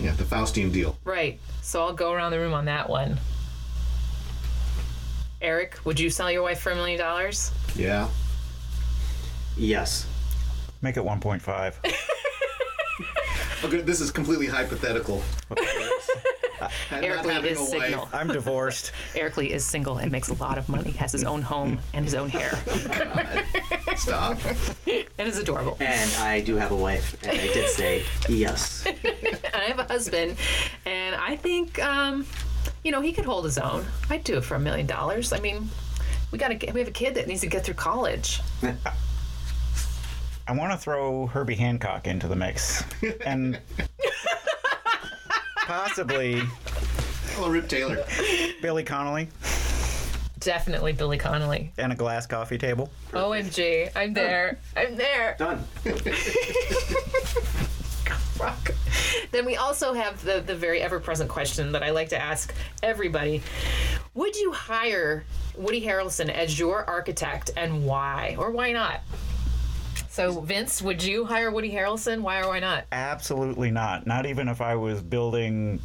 Yeah, the Faustian deal.
Right. So I'll go around the room on that one. Eric, would you sell your wife for a million dollars?
Yeah.
Yes.
Make it 1.5.
Okay, this is completely hypothetical. I'm
Eric
not
Lee
having
is
a wife.
single.
I'm divorced.
Eric Lee is single and makes a lot of money, has his own home and his own hair,
Oh Stop.
and is adorable.
And I do have a wife, and I did say yes.
and I have a husband, and I think, um, you know, he could hold his own. I'd do it for a million dollars. I mean, we got to we have a kid that needs to get through college.
I want to throw Herbie Hancock into the mix. And possibly
Well, Rip Taylor.
Billy Connolly
Definitely Billy Connolly.
and a glass coffee table.
OMG, I'm there. I'm there.
Done.
Rock. Then we also have the the very ever present question that I like to ask everybody: Would you hire Woody Harrelson as your architect, and why, or why not? So, Vince, would you hire Woody Harrelson? Why or why not?
Absolutely not. Not even if I was building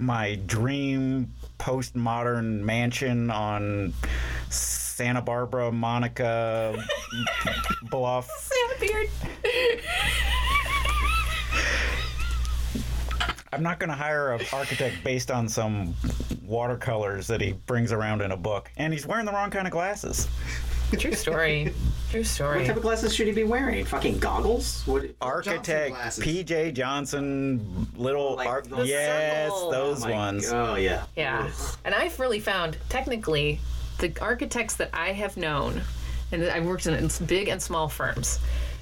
my dream postmodern mansion on Santa Barbara, Monica, Bluff.
Sam Beard.
I'm not going to hire an architect based on some watercolors that he brings around in a book. And he's wearing the wrong kind of glasses.
True story. True
What
story.
type of glasses should he be wearing? Fucking goggles? What?
Architect
glasses.
PJ Johnson, little
like
arch-
the
yes,
circle.
those
my-
ones.
Oh yeah.
Yeah. And I've really found, technically, the architects that I have known, and I've worked in big and small firms,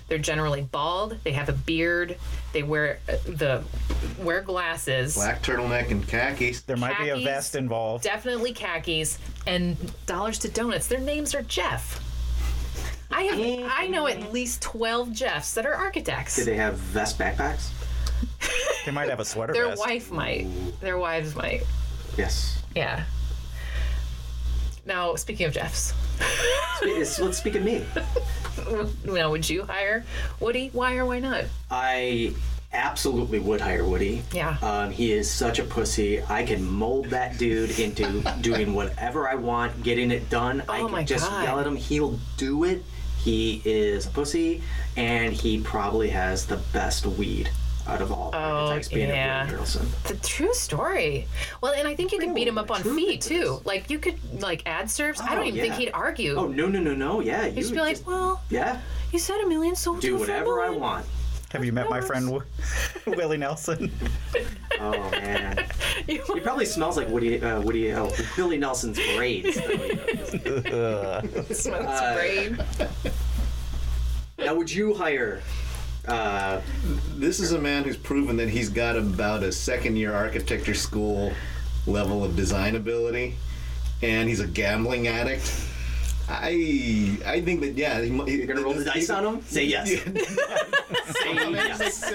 they're generally bald. They have a beard. They wear uh, the wear glasses.
Black turtleneck and khakis.
There might be a
khakis.
vest involved.
Definitely khakis and dollars to donuts. Their names are Jeff. I have, I know at least twelve Jeffs that are architects.
Did they have vest backpacks?
They might have a sweater
Their
vest.
wife might. Their wives might.
Yes.
Yeah. Now, speaking of Jeff's,
It's- let's speak of me.
now would you hire Woody? Why or why not?
I absolutely would hire Woody.
Yeah.
Um, he is such a pussy. I can mold that dude into doing whatever I want, getting it done. I
Oh
can
my
just
God.
yell at him. He'll do it. He is a pussy, and he probably has the best weed out of all architects being
Oh, yeah.
a Woody Harrelson.
The true story. Well, and I think you could beat him up on
True
feet too.
witness.
Like you could like ad serves. I
Oh,
don't even think
yeah.
he'd argue.
Oh no no no no! Yeah, you
He'd just
would
be like,
just-
"Well,
yeah,
you said a million, so we'll
do
it for a
whatever I
million."
want.
Have you met my
Dollars.
friend Wi- Willie Nelson?
Oh man, he probably smells like Woody uh, Woody oh, Billy Nelson's braids. though, you know.
Smells
Uh,
great.
Now, would you hire? Uh,
This is a man who's proven that he's got about a second year architecture school level of design ability, and he's a gambling addict. I I think that yeah. You're
gonna roll the dice on him? Say yes. Say yes.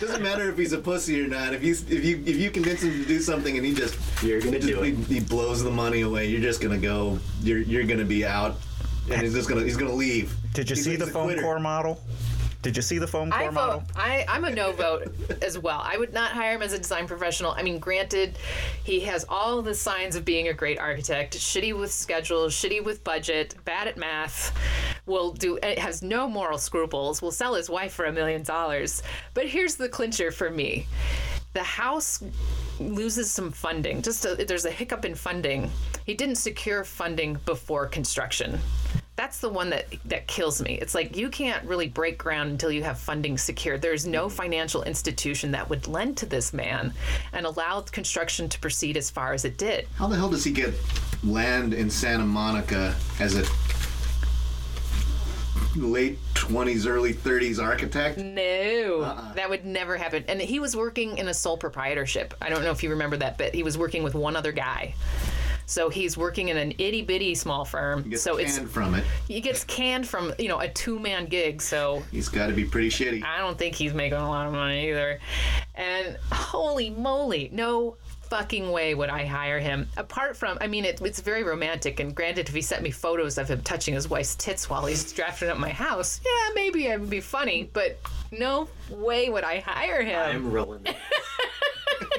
doesn't matter if he's a pussy or not. If you if you if you convince him to do something and he just
You're gonna
just-
do it.
He, he blows the money away. You're just gonna go. You're you're gonna be out, and he's just gonna he's gonna leave.
Did you
He's-
see
he's
the
a
foam
quitter.
core model? Did you see the foam
I
core model?
vote. I, I'm a no vote as well. I would not hire him as a design professional. I mean, granted, he has all the signs of being a great architect. Shitty with schedule, shitty with budget, bad at math. Will do. It has no moral scruples. Will sell his wife for a million dollars. But here's the clincher for me: the house loses some funding. Just a, there's a hiccup in funding. He didn't secure funding before construction. That's the one that that kills me. It's like you can't really break ground until you have funding secured. There's no
Mm-hmm.
financial institution that would lend to this man and allow construction to proceed as far as it did.
How the hell does he get land in Santa Monica as a late twenties, early thirties architect? Uh-uh.
No, that would never happen. And he was working in a sole proprietorship. I don't know if you remember that, but he was working with one other guy. So he's working in an itty bitty small firm.
Gets
So it's
canned from it.
he gets canned from you know a two man gig. So
He's got to be pretty shitty.
I don't think he's making a lot of money either. And holy moly, no fucking way would I hire him. Apart from, I mean, it, it's very romantic. And granted, if he sent me photos of him touching his wife's tits while he's drafting up my house, yeah, maybe it would be funny. But no way would I hire him.
I'm rolling. Dude,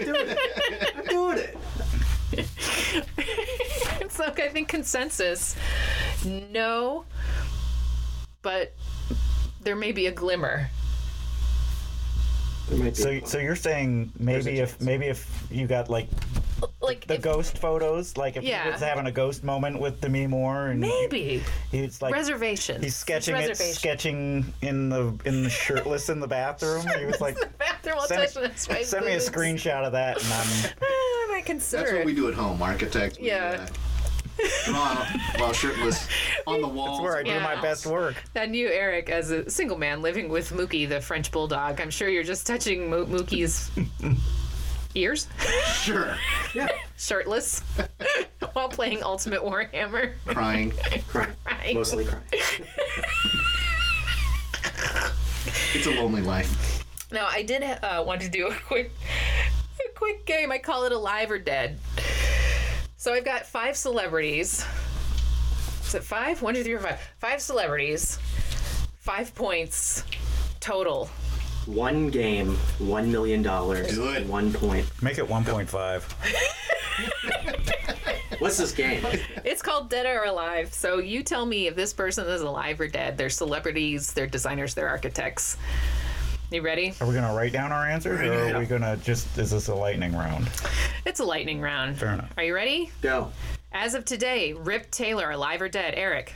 dude.
it's like I think consensus. No, but there may be a glimmer.
There might be
So, so you're saying maybe if maybe if you got like
Like
the
if-
ghost photos, like if
Yeah.
he was having a ghost moment with Demi Moore, and
maybe
he's like
reservations.
he's sketching it,
Reservations.
sketching in the in the shirtless in the bathroom. He was like,
bathroom. I'll
send,
touch this way,
send me a
boobs.
screenshot of that, and I'm
I might consider
That's what
it.
we do at home, architects. We,
Ah, Yeah.
uh, draw while shirtless on the walls.
that's where I do
Yeah.
my best work.
And you, Eric, as a single man living with Mookie, the French bulldog, I'm sure you're just touching Mo- Mookie's ears,
Sure.
shirtless, while playing Ultimate Warhammer.
Crying.
crying.
Right.
Mostly crying.
It's a lonely life.
Now, I did uh, want to do a quick, a quick game. I call it Alive or Dead. So I've got five celebrities. Is it five? One, two, three, or five? Five celebrities, five points total.
One game, one million dollars,
Good.
one point.
Make it 1.5.
What's this game?
It's called Dead or Alive. So you tell me if this person is alive or dead. They're celebrities, they're designers, they're architects. You ready?
Are we gonna write down our answers, or are we gonna just? Is this a lightning round?
It's a lightning round.
Fair enough.
Are you ready?
Go.
As of today, Rip Taylor, alive or dead? Eric.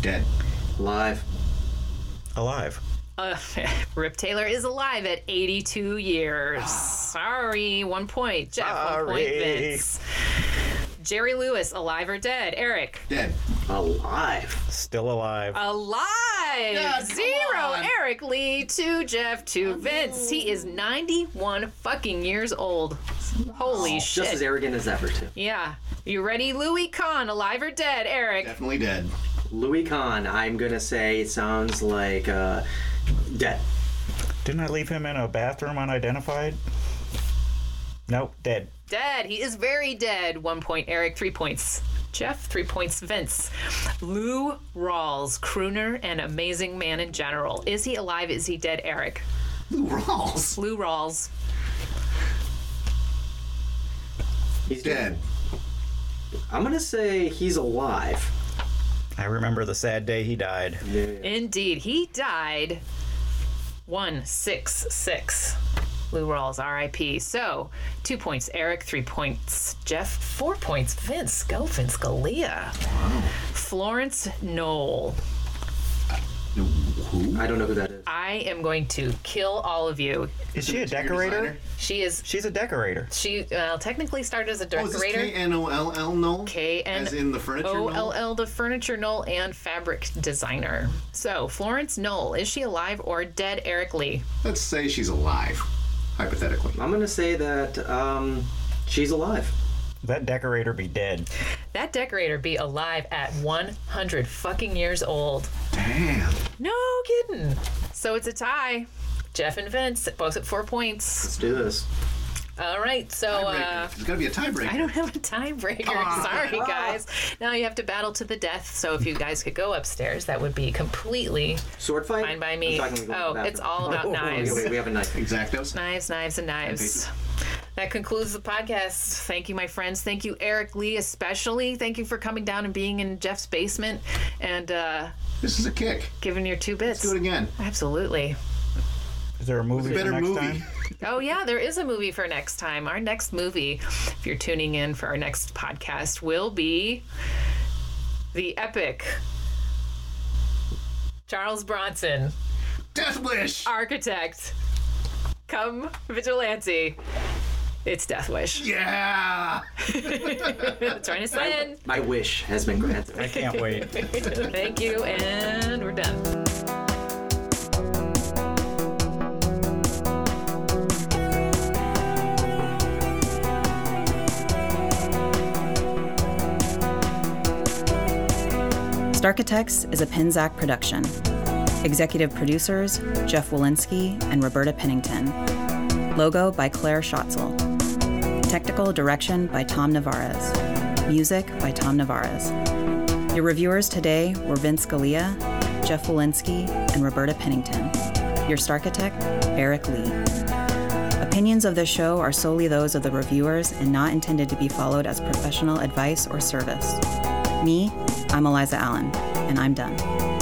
Dead.
Live.
Alive.
Uh, Rip Taylor is alive at 82 years. Sorry, one point. Jeff, one point.
Sorry.
Vince. Jerry Lewis, alive or dead? Eric.
Dead.
Alive.
Still alive.
Alive! Zero! Eric Lee, two Jeff, two Vince. He is 91 fucking years old. Holy shit.
Just as arrogant as ever, too.
yeah. You ready, Louis Kahn, alive or dead, Eric?
Definitely dead.
Louis Kahn, I'm gonna say it sounds like uh, dead.
Didn't I leave him in a bathroom unidentified? Nope, dead.
Dead. He is very dead. One point, Eric, three points. Jeff, three points. Vince. Lou Rawls, crooner and amazing man in general. Is he alive? Is he dead, Eric?
Lou Rawls.
Lou Rawls.
He's
Dead.
I'm gonna say he's alive.
I remember the sad day he died.
Indeed, he died 166. Lou Rawls, RIP. So, two points, Eric, three points, Jeff, four points, Vince. Go, Vince Galea. Florence Knoll.
Who?
I don't know who that is.
I am going to kill all of you.
Is she a decorator?
designer?
She is,
She's a decorator.
she, well, technically started as a
Oh, is this K
decorator.
N O L L Noel?
K N
As in the furniture
O L
Noel?
L, the furniture Knoll and fabric designer. So, Florence Knoll, is she alive or dead, Eric Lee?
Let's say she's alive, hypothetically.
I'm gonna say that um, she's alive.
That decorator be dead.
That decorator be alive at 100 fucking years old.
Damn.
No kidding. So it's a tie. Jeff and Vince both at four points.
Let's do this.
All right, so uh,
Tiebreaker. There's got to be a tiebreaker. Ah.
I don't have a tiebreaker. Sorry, guys. Now you have to battle to the death. So if you guys could go upstairs, that would be completely
Sword fight?
Fine by me.
I'm talking to the
Oh,
bathroom.
it's all about
Oh,
knives.
okay, wait, we have a knife.
Exacto.
knives, knives, and knives. That concludes the podcast. Thank you, my friends. Thank you, Eric Lee, especially. Thank you for coming down and being in Jeff's basement and uh,
This is a kick.
giving your two bits.
Do it again.
Absolutely.
Is there a movie? for
Better
next
movie.
time?
Oh, yeah, there is a movie for next time. Our next movie, if you're tuning in for our next podcast, will be the epic Charles Bronson,
Death Wish.
architect, come vigilante. It's Death Wish.
Yeah.
Trying to send.
My wish has been granted.
I can't wait.
Thank you, and we're done.
Starkitects is a Pinzac production. Executive producers Jeff Walensky and Roberta Pennington. Logo by Claire Schatzel. Technical direction by Tom Navarez. Music by Tom Navarez. Your reviewers today were Vince Scalia, Jeff Walensky, and Roberta Pennington. Your Starkitect, Eric Lee. Opinions of this show are solely those of the reviewers and not intended to be followed as professional advice or service. Me, I'm Eliza Allen, and I'm done.